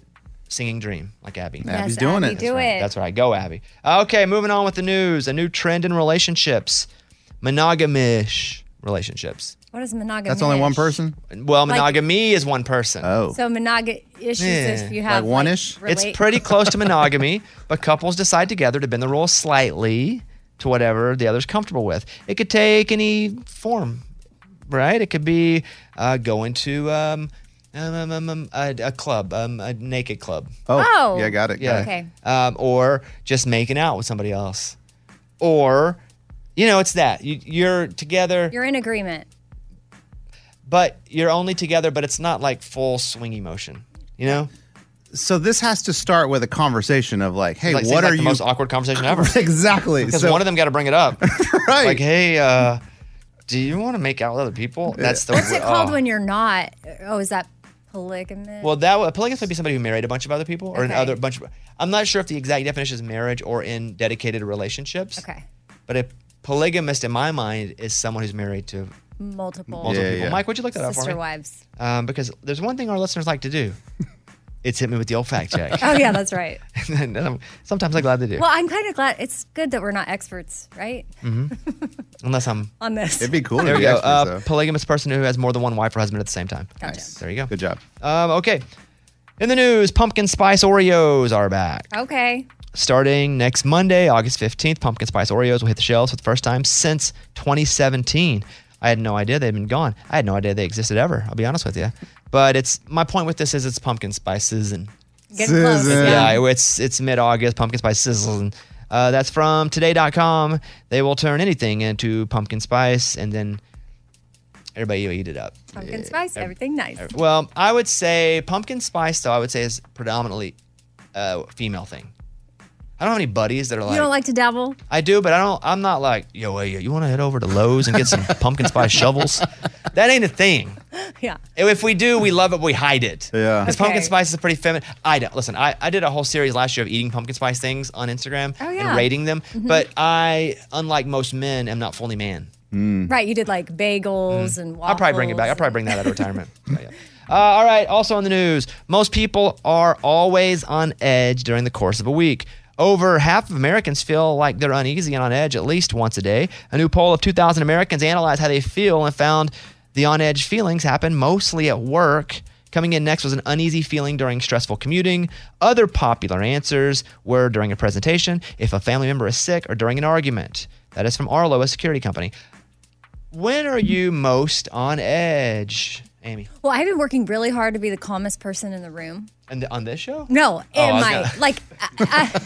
C: singing dream, like Abby.
G: Yes, Abby's doing Abby, it.
C: That's
G: do
C: right.
G: it.
C: That's right. Go, Abby. Okay, moving on with the news. A new trend in relationships monogamish relationships.
O: What is monogamy?
C: That's only one
G: person?
C: Well,
O: Like-
C: monogamy is one person.
G: Oh.
O: So monogamous issues if you have
C: It's
O: relate-
C: pretty close to monogamy, but couples decide together to bend the rules slightly to whatever the other's comfortable with. It could take any form, right? It could be uh, going to um, um, um, um, um, a, a club, um, a naked club.
G: Oh, Oh. yeah, got it, got it. Okay.
C: Um, or just making out with somebody else, or you know, it's that you, you're together,
O: You're in agreement.
C: but you're only together, but it's not like full swingy motion. You know?
G: So this has to start with a conversation of like, hey,
C: Like, seems
G: what
C: like
G: are
C: the
G: you?
C: most awkward conversation ever.
G: exactly.
C: Because
G: So-
C: one of them got to bring it up.
G: right.
C: Like, hey, uh, do you want to make out with other people? That's the
O: What's it called
C: oh.
O: when you're not? Oh, is that polygamy?
C: Well, that would- polygamous would be somebody who married a bunch of other people, or an
O: Okay.
C: other bunch. Of, I'm not sure if the exact definition is marriage or in dedicated relationships.
O: Okay.
C: But a polygamist, in my mind, is someone who's married to
O: Multiple.
C: Multiple Yeah, people. yeah. Mike, would you look that up for
O: Sister
C: me?
O: wives.
C: um, because there's one thing our listeners like to do. it's hit me with the old fact check.
O: Oh yeah, that's right.
C: And I'm- sometimes I'm glad they do.
O: Well, I'm kind of glad. It's good that we're not experts, right?
C: hmm Unless I'm
O: On this.
G: It'd be cool to
C: There we
G: be
C: go.
G: experts,
C: uh,
G: though.
C: polygamous person who has more than one wife or husband at the same time.
O: Gotcha.
C: There you go.
G: Good job.
C: Um, okay. In the news, pumpkin spice Oreos are back.
O: Okay.
C: Starting next Monday, August 15th, pumpkin spice Oreos will hit the shelves for the first time since 2017. I had no idea they'd been gone. I had no idea they existed ever. I'll be honest with you. But it's my point with this is it's pumpkin spice season.
B: Getting close, Season. yeah.
C: Yeah, it's it's mid-August, pumpkin spice sizzling. Uh, that's from today.com. They will turn anything into pumpkin spice and then everybody will eat it up.
O: Pumpkin spice, everything nice.
C: Well, I would say pumpkin spice, though, I would say is predominantly a female thing. I don't have any buddies that are
O: you
C: like,
O: don't like to dabble?
C: I do, but I don't, I'm not like, yo, hey, you want to head over to Lowe's and get some pumpkin spice shovels? That ain't a thing.
O: Yeah.
C: If we do, we love it, but we hide it. Yeah. Because pumpkin
O: Okay.
C: spice is a pretty feminine. I don't, listen, I, I did a whole series last year of eating pumpkin spice things on Instagram
O: Oh, yeah.
C: and rating them,
O: Mhm.
C: but I, unlike most men, am not fully man. Hmm.
O: Right. You did like bagels and waffles.
C: I'll probably bring it back. I'll probably bring that out of retirement. But yeah. Uh, all right. Also on the news, most people are always on edge during the course of a week. Over half of Americans feel like they're uneasy and on edge at least once a day. A new poll of 2,000 Americans analyzed how they feel and found the on edge feelings happen mostly at work. Coming in next was an uneasy feeling during stressful commuting. Other popular answers were during a presentation, if a family member is sick, or during an argument. That is from Arlo, a security company. When are you most on edge, Amy?
O: Well, I've been working really hard to be the calmest person in the room.
C: And on this show?
O: No,
C: Oh, I
O: in
C: was
O: my
C: gonna-
O: like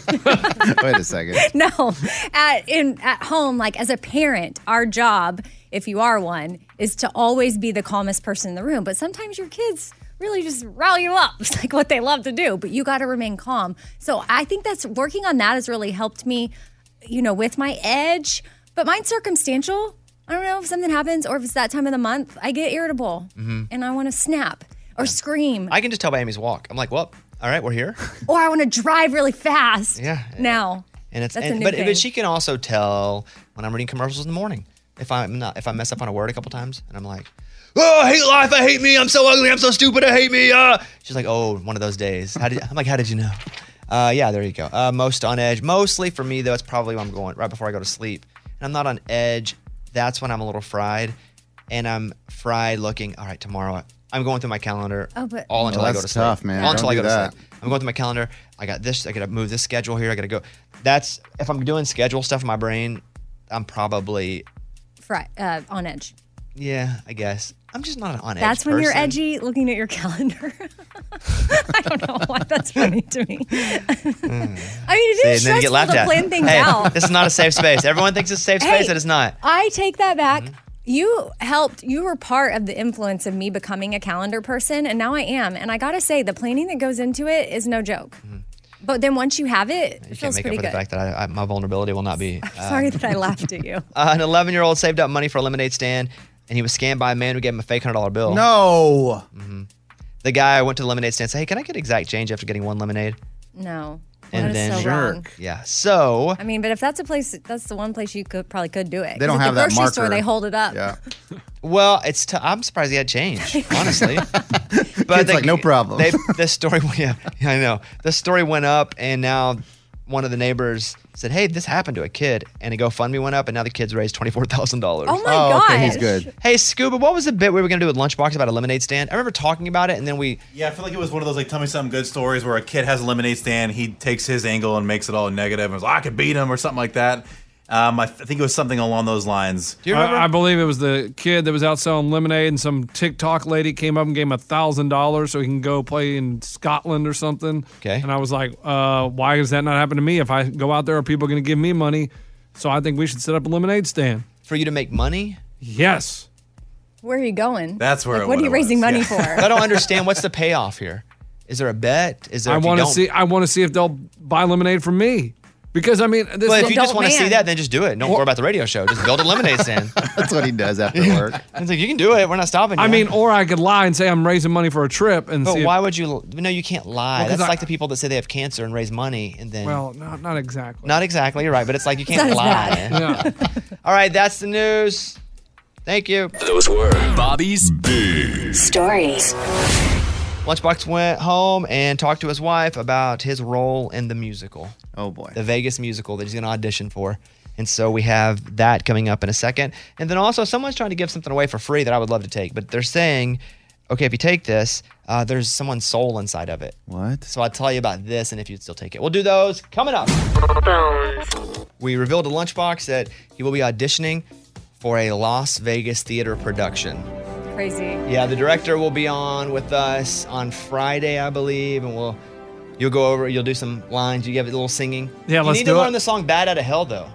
G: Wait a second.
O: no at in at home like as a parent our job if you are one is to always be the calmest person in the room but sometimes your kids really just rile you up. It's like what they love to do, but you got to remain calm. So I think that's working on that has really helped me, you know, with my edge. But mine's circumstantial. I don't know if something happens or if it's that time of the month, I get irritable
C: Mhm.
O: and I want to snap or scream
C: I can just tell by Amy's walk. I'm like, well, all right, we're here.
O: or I want to drive really fast.
C: Yeah.
O: Now.
C: And it's
O: That's a
C: and,
O: new
C: but,
O: thing.
C: but she can also tell when I'm reading commercials in the morning if I'm not if I mess up on a word a couple times and I'm like, oh, I hate life, I hate me, I'm so ugly, I'm so stupid, I hate me. Uh. She's like, oh, one of those days. How did I'm like, how did you know? Uh, yeah, there you go. Uh, most on edge. Mostly for me though, it's probably when I'm going right before I go to sleep, and I'm not on edge. That's when I'm a little fried, and I'm fried looking. All right, tomorrow I'm going through my calendar
O: Oh, but
C: all until
G: Well,
C: I go to
G: that's
C: sleep.
G: tough, man.
C: All
G: Don't
C: until I
G: do
C: go to
G: that.
C: sleep. I'm going through my calendar. I got this. I got to move this schedule here. I got to go. That's if I'm doing schedule stuff in my brain, I'm probably
O: Fri- uh, on edge.
C: yeah, I guess. I'm just not an on edge.
O: That's when you're
C: person.
O: edgy looking at your calendar. I don't know why that's funny to me. I mean, it
C: Hmm. See,
O: is
C: and then you get
O: stressful
C: laughed
O: to
C: at.
O: plan things
C: hey,
O: out.
C: this is not a safe space. Everyone thinks it's a safe
O: Hey.
C: space, and it's not. Mm-hmm.
O: I take that back. You helped, you were part of the influence of me becoming a calendar person, and now I am. And I gotta say, the planning that goes into it is no joke. But then once you have it, it
C: Mm-hmm. You can't
O: feels
C: make up
O: pretty
C: for the
O: good.
C: fact that I, I, my vulnerability will not be. uh,
O: Sorry that I laughed at you.
C: Uh, an 11 year old saved up money for a lemonade stand, and he was scammed by a man who gave him a fake $100 bill. Mm-hmm.
G: No.
C: The guy went to the lemonade stand and said, Hey, can I get exact change after getting one lemonade?
O: No.
C: And
O: That is
C: then,
O: so wrong.
C: Yeah. So,
O: I mean, but if that's a place, that's the one place you could probably could do it.
C: They don't
O: 'Cause
C: have
O: at the
C: that
O: grocery store.
C: marker.
O: They hold it up.
C: yeah. Well, it's. T- I'm surprised he had change, honestly. but it's like no problem. They, the story. Yeah, yeah, I know. The story went up, and now one of the neighbors said, "Hey, this happened to a kid," and a GoFundMe went up, and now the kid's raised twenty four thousand dollars.
O: Oh my Oh, okay, he's gosh.
G: good.
C: Hey, Scuba, what was the bit we were gonna do at lunchbox about a lemonade stand? I remember talking about it, and then we.
X: Yeah, I feel like it was one of those like tell me some good stories where a kid has a lemonade stand, he takes his angle and makes it all negative, and was like, I could beat him or something like that. Um, I, th- I think it was something along those lines.
E: I, I believe it was the kid that was out selling lemonade, and some TikTok lady came up and gave him a thousand dollars so he can go play in Scotland or something. Okay. And I was like, uh, why does that not happen to me? If I go out there, are people going to give me money? So I think we should set up a lemonade stand
C: for you to make money.
E: Yes.
O: Where are you going?
E: That's where
O: Like,
E: it-
O: what are you
E: what it
O: raising money for?
C: I don't understand. What's the payoff here? Is there a bet? Is there?
E: I
C: if you
E: want to
C: don't-
E: see. I want to see if they'll buy lemonade from me because I mean, this
C: But if you just want to see that, then just do it. Don't worry about the radio show. Just build a lemonade stand.
G: That's what he does after work.
C: It's like you can do it. We're not stopping. You.
E: I mean, or I could lie and say I'm raising money for a trip and
C: But
E: see.
C: why
E: if,
C: would you? No, you can't lie.
E: Well, 'cause
C: That's
E: I-
C: like the people that say they have cancer and raise money and then.
E: Well, no, not exactly.
C: not exactly. You're right, but it's like you
E: It's not
C: can't
E: as
C: lie.
E: bad.
C: All right, that's the news. Thank you.
A: Those were Bobby's Big
L: Stories.
C: Lunchbox went home and talked to his wife about his role in the musical. Oh boy. The Vegas musical that he's going to audition for. And so we have that coming up in a second. And then also, someone's trying to give something away for free that I would love to take, but they're saying, okay, if you take this, uh, there's someone's soul inside of it. What? So I'll tell you about this and if you'd still take it. We'll do those coming up. We revealed to Lunchbox that he will be auditioning for a Las Vegas theater production.
O: Crazy.
C: Yeah, the director will be on with us on Friday, I believe, and we'll you'll go over, you'll do some lines, you give it a little singing.
E: Yeah,
C: you
E: let's
C: need
E: do
C: to
E: it.
C: learn the song "Bad Out of Hell" though,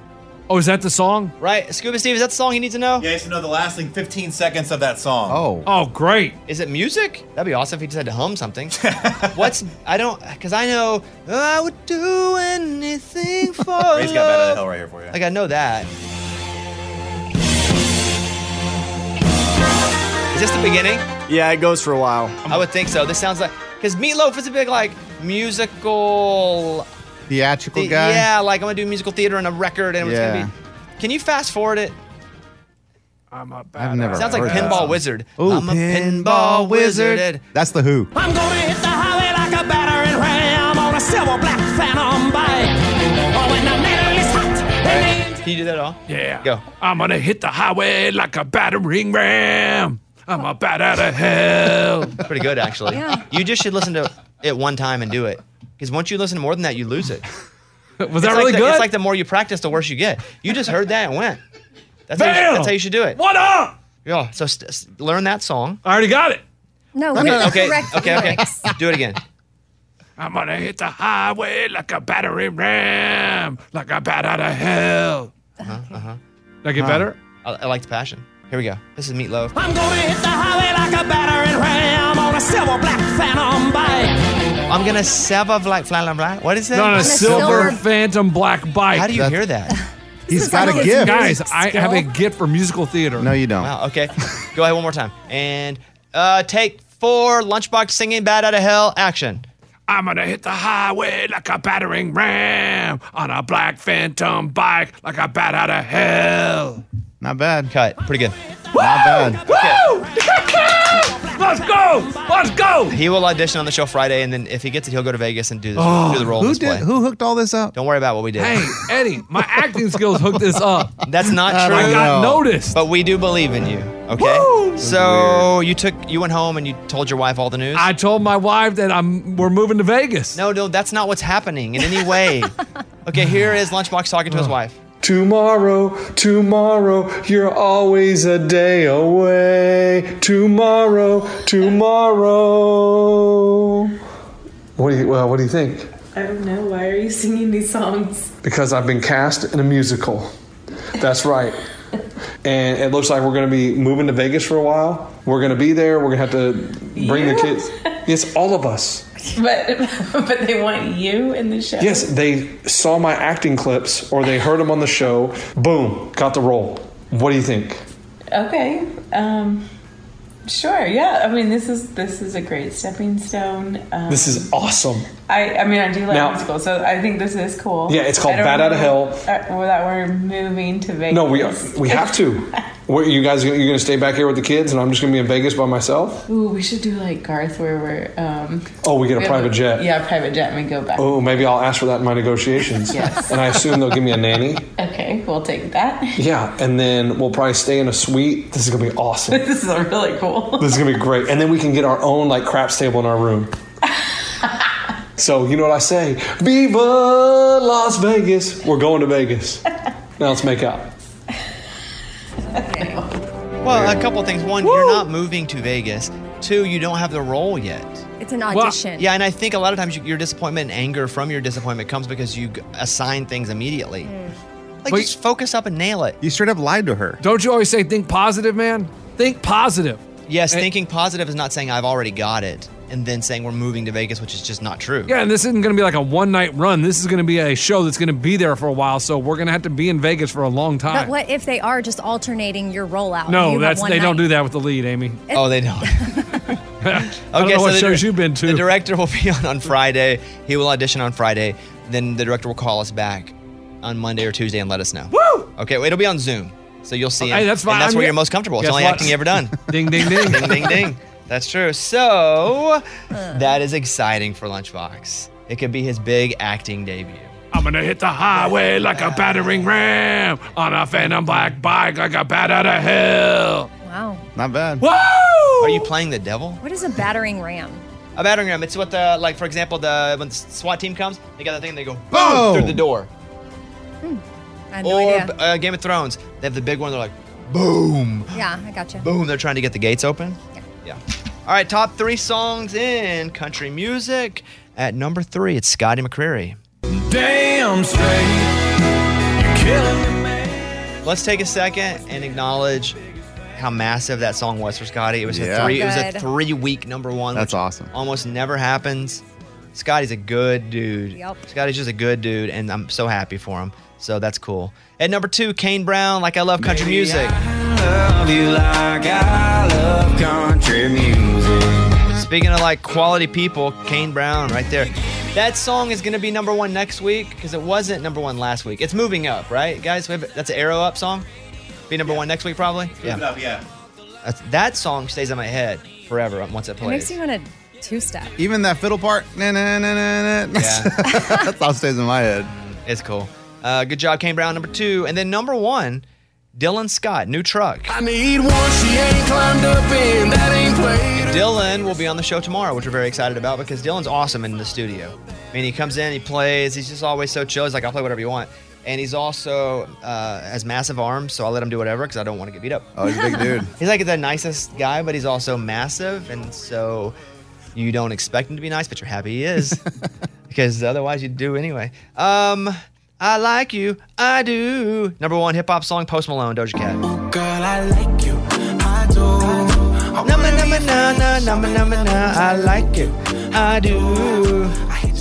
E: oh, is that the song?
C: right? Scuba Steve, is that the song he needs to know?
X: Yeah, he needs to know the last like 15 seconds of that song.
C: Oh.
E: Oh, great.
C: Is it music? That'd be awesome if he just had to hum something. What's I don't because I know I would do anything for
X: Ray's got Bad Out
C: love."
X: of Hell right here for you.
C: Like I know that. Is this the beginning?
U: Yeah, it goes for a while.
C: I would think so. This sounds like because Meatloaf is a big like musical
G: Theatrical
C: The-
G: guy.
C: Yeah, like I'm gonna do musical theater and a record, and it's
G: Yeah.
C: gonna be. Can you fast forward it?
E: I'm a
G: I've never.
C: Sounds like
G: heard that
C: Pinball
G: song.
C: Wizard.
G: Ooh,
C: I'm a pinball wizard.
G: That's the Who.
B: I'm gonna hit the highway like a battering ram on a silver black phantom bike. Oh, when the metal is hot, and
C: Can you do that at all?
E: Yeah.
C: Go.
E: I'm gonna hit the highway like a battering ram. I'm a bat out of hell.
C: Pretty good actually.
E: Yeah.
C: You just should listen to it one time and do it, because once you listen to more than that, you lose it.
E: Was
C: It's
E: that
C: like
E: really
C: the-
E: good?
C: It's like the more you practice, the worse you get. You just heard that and went. That's, how you,
E: Bam!
C: that's how you should do it.
E: What up?
C: Yeah. So st- s- learn that song.
E: I already got it.
O: No,
C: Okay.
O: with the
C: Okay.
O: correct
C: Okay. okay.
O: lyrics.
C: Do it again.
E: I'm gonna hit the highway like a battering ram, like a bat out of hell.
C: Uh huh. Uh-huh.
E: Did I get better?
C: I, I like the passion. Here we go. This is Meatloaf.
B: I'm gonna hit the highway like a battering ram on a
P: a silver black phantom bike.
C: I'm gonna sever black flan black. What is it?
E: Not a silver phantom black bike.
C: How do you hear that?
E: He's
C: got a Sounds gift.
E: Guys, I
C: skill.
E: have a gift for musical theater.
G: No, you don't.
C: Wow. Okay. Go ahead one more time. And uh, take four. Lunchbox singing "Bad Out of Hell." Action.
E: I'm gonna hit the highway like a battering ram on a black phantom bike like a bat out of hell.
G: Not bad.
C: Cut. Pretty good.
G: Not bad.
E: Woo! Let's go! Let's go!
C: He will audition on the show Friday, and then if he gets it, he'll go to Vegas and do, this, do the role.
G: who
C: and display.
G: did? Who hooked all this up?
C: Don't worry about what we did.
E: Hey, Oh. Eddie, my acting skills hooked this up.
C: That's not
E: I
C: true.
E: don't I got know. noticed.
C: But we do believe in you. Okay. So you took you went home and you told your wife all the news.
E: I told my wife that I'm we're moving to Vegas.
C: No, no, that's not what's happening in any way. okay, here is Lunchbox talking to his wife.
I: Tomorrow, tomorrow, you're always a day away. Tomorrow, tomorrow. What do you, well, what do you think?
M: I don't know. Why are you singing these songs?
I: Because I've been cast in a musical. That's right. And it looks like we're going to be moving to Vegas for a while. We're going to be there. We're going to have to bring
M: You?
I: the kids. Yes, all of us.
M: But but they want you in the show.
I: Yes, they saw my acting clips or they heard them on the show. Boom, got the role. What do you think?
M: Okay. Um. Sure. Yeah. I mean, this is this is a great stepping stone. Um,
I: This is awesome.
M: I, I mean, I do like
I: Now-
M: musicals, so I think this is cool.
I: Yeah, it's called
M: I don't
I: Bat Outta
M: know that- uh, that we're moving to Vegas.
I: No, we we have to. What you guys? You're gonna stay back here with the kids, and I'm just gonna be in Vegas by myself.
M: Ooh, we should do like Garth, where we're. Um,
I: Oh, we get a
M: have
I: private jet.
M: Yeah, private jet, and we go back.
I: Oh, maybe I'll ask for that in my negotiations.
M: Yes.
I: And I assume they'll give me a nanny.
M: Okay, we'll take that.
I: Yeah, and then we'll probably stay in a suite. This is gonna be awesome.
M: this is really cool.
I: This is gonna be great. And then we can get our own like craps table in our room. so you know what I say? Viva Las Vegas. We're going to Vegas. Now let's make out.
C: Well, a couple of things. One, you're not moving to Vegas. Two, you don't have the role yet.
O: It's an audition.
C: Yeah, and I think a lot of times you, your disappointment and anger from your disappointment comes because you g- assign things immediately. Like just focus up and nail it.
G: You straight up lied to her.
E: Don't you always say think positive, man? Think positive.
C: Yes,
E: Eh.
C: thinking positive is not saying I've already got it and then saying we're moving to Vegas, which is just not true.
E: Yeah, and this isn't going to be like a one night run. This is going to be a show that's going to be there for a while. So we're going to have to be in Vegas for a long
O: But
E: time.
O: what if they are just alternating your rollout? You
E: no,
O: have
E: that's
O: one
E: they don't
O: night.
E: do that with the lead, Amy.
C: Oh, they don't.
E: I don't know what shows
C: you've
E: been to.
C: The director will be on on Friday. He will audition on Friday. Then the director will call us back on Monday or Tuesday and let us know. Woo! Okay, well, it'll be on Zoom, so you'll see.
E: Hey,
C: him,
E: that's fine.
C: And that's
E: I'm
C: where
E: get-
C: you're most comfortable. It's
E: Guess
C: the only
E: what?
C: acting you ever done.
E: ding, ding, ding.
C: ding, ding, ding. That's true. So that is exciting for Lunchbox. It could be his big acting debut.
E: I'm going to hit the highway like a battering ram on a phantom black bike like a bat out of hell.
O: Wow.
G: Not bad.
E: Whoa! Are
C: you playing the devil?
O: What is a battering ram?
C: A battering ram. It's what the like. For example, the when the SWAT team comes, they got that thing. They go boom
G: Oh.
C: through the door.
O: I have no
C: or
O: idea.
C: uh, Game of Thrones, they have the big one. They're like boom,
O: Yeah, I got you.
C: boom. They're trying to get the gates open. Yeah. All right, top three songs in country music. At number three, it's Scotty McCreery.
N: Damn straight. You're killing me.
C: Let's take a second and acknowledge how massive that song was for Scotty. It was
G: Yeah.
C: a three. It was a
G: Good.
C: three week number one.
G: That's
C: which
G: awesome.
C: Almost never happens. Scotty's a good dude.
O: Yep.
C: Scotty's just a good dude, and I'm so happy for him. So that's cool. At number two, Kane Brown, like I love country music.
N: Love you like I love country music.
C: Speaking of like quality people, Kane Brown right there. That song is going to be number one next week because it wasn't number one last week. It's moving up, right, guys? We have, that's an arrow up song. Be number one next week, probably.
X: Move it up, yeah.
C: That's, that song stays in my head forever once it
O: It makes
C: plays.
O: you want to two step.
G: Even that fiddle part. Na, na, na, na, na.
C: Yeah.
G: That's all stays in my head.
C: It's cool. Uh, good job, Kane Brown, number two. And then number one, Dylan Scott, new truck.
N: I need one she ain't climbed up in that ain't played.
C: Dylan will be on the show tomorrow, which we're very excited about because Dylan's awesome in the studio. I mean, he comes in, he plays, he's just always so chill. He's like, I'll play whatever you want. And he's also uh, has massive arms, so I let him do whatever because I don't want to get beat up.
G: Oh, he's a big dude.
C: He's like the nicest guy, but he's also massive, and so you don't expect him to be nice, but you're happy he is because otherwise you'd do anyway. Um, I like you, I do. Number one hip hop song, Post Malone, Doja Cat.
N: Girl, I like you. I do.
Y: Number, number, na, na, number, number, na.
C: I like it. I do.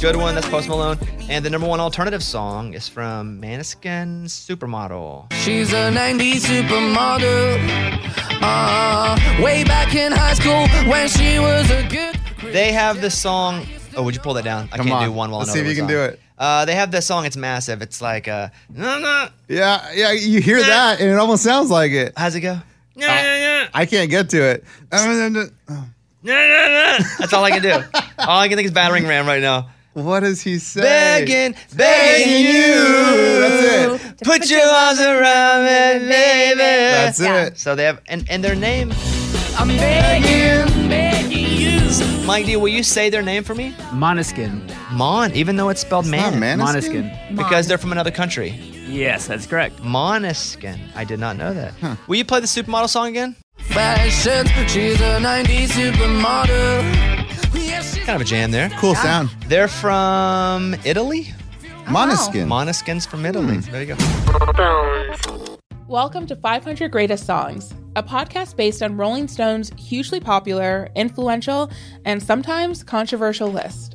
C: Good one. That's Post Malone. And the number one alternative song is from Maniskin Supermodel.
B: She's a 90s supermodel. Uh, way back in high school when she was a good.
C: They have this song. Oh, would you pull that down? I
B: Come
C: can't
B: on.
C: do one while
B: Let's
C: another
B: see if you
C: one's
B: can
C: on.
B: do it.
C: Uh, they have this song. It's massive. It's like uh, no, no.
G: Yeah, yeah, you hear that and it almost sounds like it.
C: How's it go?
G: I can't get to it.
C: That's all I can do. All I can think is battering ram right now.
G: What does he say?
C: Begging, begging you.
G: That's
C: it. Put your arms around me, baby.
B: That's
C: it. So they have, and, and their name.
B: I'm begging, begging you.
C: Mike D, will you say their name for me? Moniskin. Mon, even though it's spelled man.
K: not Maniskin. Maniskin.
C: Because they're from another country. Yes, that's correct. Moniskin. I did not know that. Will you play the supermodel song again?
B: Fashion, she's a 90s supermodel. Yes, she's
C: Kind of a jam there.
G: Cool Yeah. sound.
C: They're from Italy?
G: Moniskin.
C: Moniskin's from Italy. There you go.
P: Welcome to 500 Greatest Songs, a podcast based on Rolling Stone's hugely popular, influential, and sometimes controversial list.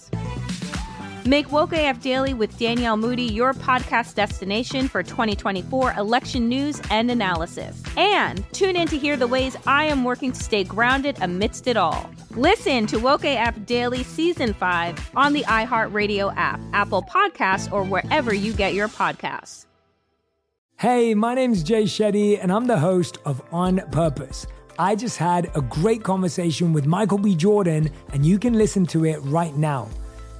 R: Make Woke AF Daily with Danielle Moody your podcast destination for 2024 election news and analysis. And tune in to hear the ways I am working to stay grounded amidst it all. Listen to Woke AF Daily Season 5 on the iHeartRadio app, Apple Podcasts, or wherever you get your podcasts.
S: Hey, my name's Jay Shetty, and I'm the host of On Purpose. I just had a great conversation with Michael B. Jordan, and you can listen to it right now.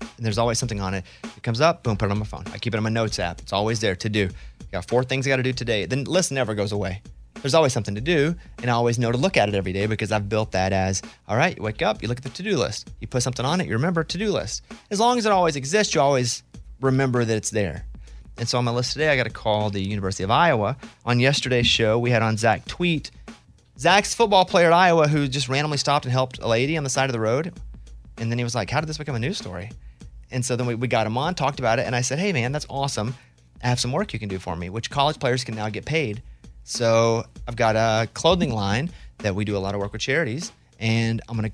C: and there's always something on it. It comes up, boom, put it on my phone. I keep it on my notes app. It's always there to do. Got four things I got to do today. The list never goes away. There's always something to do, and I always know to look at it every day because I've built that as all right. You wake up, you look at the to-do list, you put something on it, you remember to-do list. As long as it always exists, you always remember that it's there. And so on my list today, I got to call the University of Iowa. On yesterday's show, we had on Zach Tweet, Zach's football player at Iowa who just randomly stopped and helped a lady on the side of the road. And then he was like, How did this become a news story? And so then we, we got him on, talked about it, and I said, Hey man, that's awesome. I have some work you can do for me, which college players can now get paid. So I've got a clothing line that we do a lot of work with charities, and I'm gonna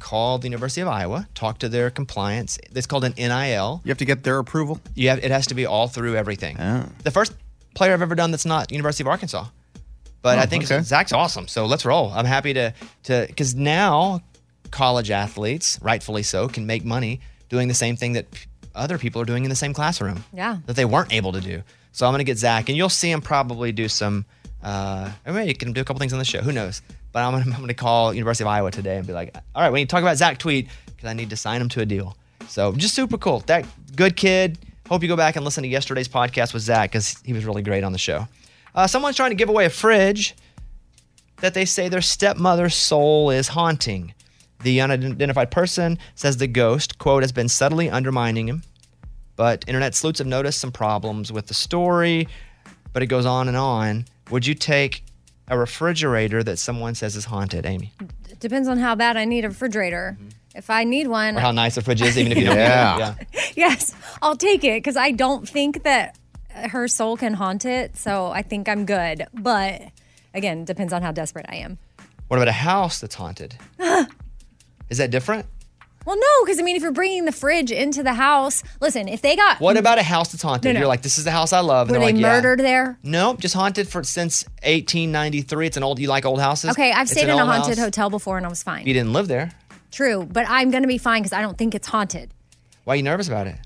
C: call the University of Iowa, talk to their compliance. It's called an NIL.
G: You have to get their approval? Oh.
C: You have, it has to be all through everything. The first player I've ever done that's not University of Arkansas. But
G: Oh,
C: I think
G: okay.
C: Zach's awesome. So let's roll. I'm happy to to because now college athletes, rightfully so, can make money doing the same thing that p- other people are doing in the same classroom
O: Yeah.
C: that they weren't able to do. So I'm going to get Zach, and you'll see him probably do some. Uh, I mean, you can do a couple things on the show. Who knows? But I'm going to I'm gonna call University of Iowa today and be like, all right, we need to talk about Zach Tweet because I need to sign him to a deal. So just super cool. That good kid. Hope you go back and listen to yesterday's podcast with Zach because he was really great on the show. Uh, someone's trying to give away a fridge that they say their stepmother's soul is haunting. The unidentified person says the ghost, quote, has been subtly undermining him but internet sleuths have noticed some problems with the story, but it goes on and on. Would you take a refrigerator that someone says is haunted, Amy?
O: It depends on how bad I need a refrigerator.
E: Mm-hmm.
O: If I need one,
C: Or how nice the fridge is, even if you don't
G: Yeah.
C: get it.
O: yes, I'll take it because I don't think that her soul can haunt it. So I think I'm good. But again, depends on how desperate I am.
C: Yeah. What about a house that's haunted? is that different?
O: Well, no, because I mean, if you're bringing the fridge into the house, listen, if they got
C: What about a house that's haunted?
O: No, no.
C: You're like, this is the house I love. and
O: were
C: they're
O: they
C: like, yeah.
O: murdered there?
C: Nope, just haunted for since 1893. It's an old. You like old houses?
O: Okay, I've
C: It's
O: stayed
C: an
O: in a
C: old
O: haunted
C: house.
O: hotel before and I was fine.
C: You didn't live there.
O: True, but I'm gonna be fine because I don't think it's haunted.
C: Why are you nervous about it?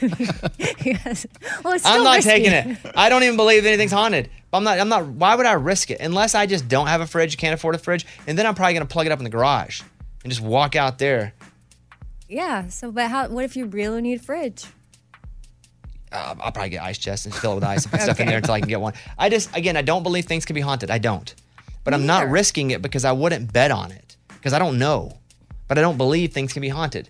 O: yes. Well, it's
C: I'm
O: still
C: not
O: risky.
C: taking it. I don't even believe anything's haunted. I'm not. I'm not. Why would I risk it? Unless I just don't have a fridge, can't afford a fridge, and then I'm probably gonna plug it up in the garage and just walk out there.
O: Yeah. So, but how? What if you really need a fridge?
C: Uh, I'll probably get ice chests and fill it with ice and put stuff in there until I can get one. I just, again, I don't believe things can be haunted. I don't. But I'm not risking it because I wouldn't bet on it because I don't know. But I don't believe things can be haunted.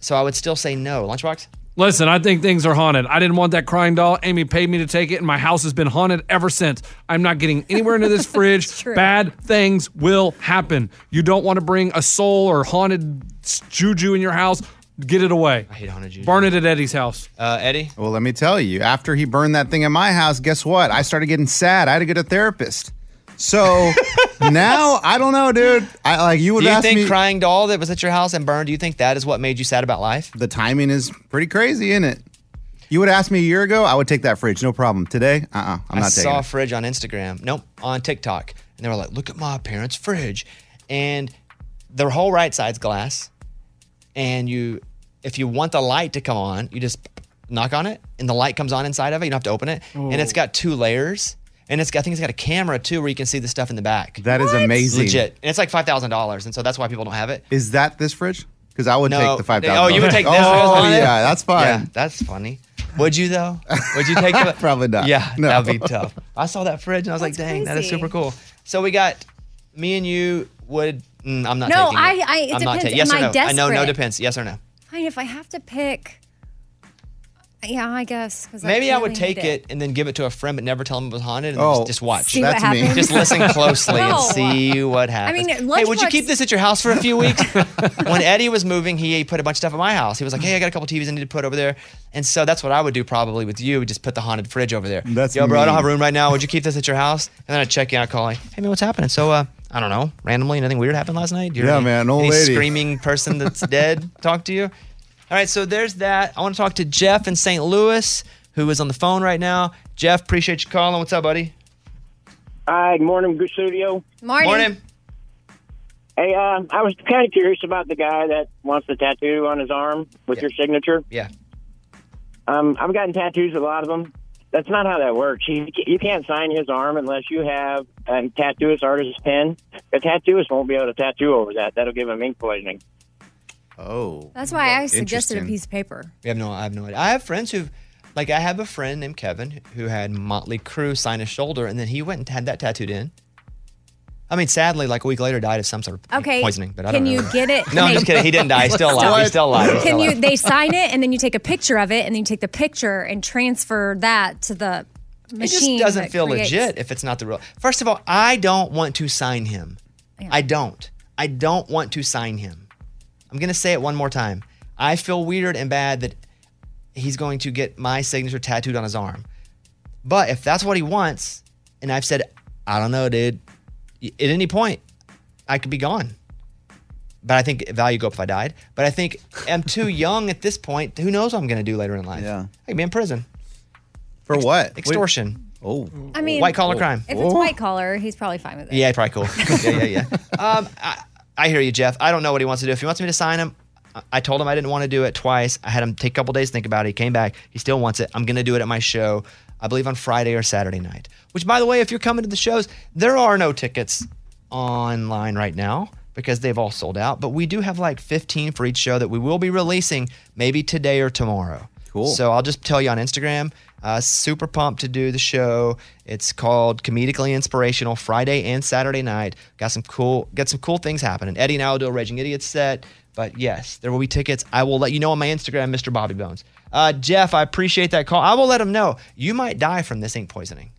C: So I would still say no. Lunchbox.
E: Listen, I think things are haunted. I didn't want that crying doll. Amy paid me to take it, and my house has been haunted ever since. I'm not getting anywhere into this fridge.
O: true.
E: Bad things will happen. You don't want to bring a soul or haunted s- juju in your house. Get it away. I
C: hate haunted Oh, juju.
E: Burn it at Eddie's house.
C: Uh, Eddie?
G: Well, let me tell you, after he burned that thing in my house, guess what? I started getting sad. I had to go to a therapist. So now I don't know, dude. I like you would
C: Do you
G: ask
C: think
G: me.
C: crying doll that was at your house and burned? Do you think that is what made you sad about life?
G: The timing is pretty crazy, isn't it? You would ask me a year ago, I would take that fridge, no problem. Today, uh, uh-uh, I'm
C: I
G: not taking.
C: saw a
G: it.
C: fridge on Instagram. Nope, on TikTok, and they were like, "Look at my parents' fridge," and their whole right side's glass. And you, if you want the light to come on, you just knock on it, and the light comes on inside of it. You don't have to open it, and it's
G: Oh.
C: got two layers, and it's got, I think it's got a camera too, where you can see the stuff in the back.
G: That is What? amazing.
C: legit, and it's like five thousand dollars, and so that's why people don't have it.
G: Is that this fridge? Because I would
C: No.
G: take the five
C: Oh,
G: thousand.
C: you would take this.
G: Oh,
C: on it?
G: yeah, that's fine.
C: Yeah, that's funny. Would you though? Would you take the
G: Probably not.
C: Yeah,
G: No.
C: that'd be tough. I saw that fridge and I was like, dang, that is
O: crazy.
C: super cool. So we got me and you would. mm, I'm not.
O: No,
C: taking It.
O: I- I- it
C: I'm Not
O: depends.
C: taking yes
O: Am
C: or
O: I
C: no. I know. No
O: desperate?
C: depends. Yes or no.
O: Fine, if I have to pick. Yeah, I guess. 'cause
C: Maybe I
O: really
C: would
O: need
C: take it. and then give it to a friend, but never tell them it was haunted, and
G: Oh,
C: just, just watch.
O: See what That's me. happens.
C: Just listen closely and
O: No.
C: see what
O: I
C: happens.
O: mean,
C: hey, would you
O: lunchbox-
C: keep this at your house for a few weeks? when Eddie was moving, he put a bunch of stuff at my house. He was like, "Hey, I got a couple TVs I need to put over there," and so that's what I would do probably with you. Just put the haunted fridge over there. That's yo, bro. I don't
G: mean.
C: have room right now. Would you keep this at your house? And then I check in. I call, like, "Hey, man, what's happening?" So, uh, I don't know. Randomly, nothing weird happened last night. Do you
G: Yeah,
C: have any-
G: man, an old
C: any
G: lady.
C: Screaming person that's dead. Talk to you. All right, so there's that. I want to talk to Jeff in St. Louis, who is on the phone right now. Jeff, appreciate you calling. What's up, buddy?
W: Hi, good morning, good studio.
O: Morning.
C: Morning.
W: Hey, uh, I was kind of curious about the guy that wants the tattoo on his arm with your signature.
C: Yeah.
W: Um, I've gotten tattoos, a lot of them. That's not how that works. He, you can't sign his arm unless you have a tattooist artist's pen. The tattooist won't be able to tattoo over that. That'll give him ink poisoning.
G: Oh.
O: That's why I suggested a
C: Interesting.
O: piece of paper.
C: We have no, I have no idea. I have friends who've, like, I have a friend named Kevin who had Motley Crue sign his shoulder, and then he went and had that tattooed in. I mean, sadly, like a week later, died of some sort of
O: Okay.
C: poisoning. But I
O: can
C: don't
O: you
C: know.
O: get it?
C: No, I'm just kidding. He didn't die. He's still alive. He's still alive. He's still
O: Can you?
C: alive.
O: They sign it and then you take a picture of it and then you take the picture and transfer that to the
C: It
O: machine.
C: just doesn't
O: that
C: feel
O: creates-
C: legit if it's not the real. First of all, I don't want to sign him. I don't. I don't want to sign him. I'm going to say it one more time. I feel weird and bad that he's going to get my signature tattooed on his arm. But if that's what he wants, and I've said, I don't know, dude, at any point, I could be gone. But I think value go up if I died. But I think I'm too young at this point. Who knows what I'm going to do later in life? Yeah. I could be in prison.
G: For what?
C: Extortion.
G: Oh.
O: I mean,
C: white collar crime.
O: If it's white collar, he's probably fine with it.
C: Yeah, probably cool. yeah, yeah, yeah. Um, I, I hear you, Jeff. I don't know what he wants to do. If he wants me to sign him, I- I told him I didn't want to do it twice. I had him take a couple days to think about it. He came back. He still wants it. I'm going to do it at my show. I believe on Friday or Saturday night. Which, by the way, if you're coming to the shows, there are no tickets online right now because they've all sold out. But we do have like 15 for each show that we will be releasing maybe today or tomorrow. Cool. So I'll just tell you on Instagram. Uh, super pumped to do the show. It's called Comedically Inspirational Friday and Saturday night. Got some cool, got some cool things happening. Eddie and I will do a Raging Idiot set. But yes, there will be tickets. I will let you know on my Instagram, Mr. Bobby Bones. Uh, Jeff, I appreciate that call. I will let him know you might die from this ink poisoning.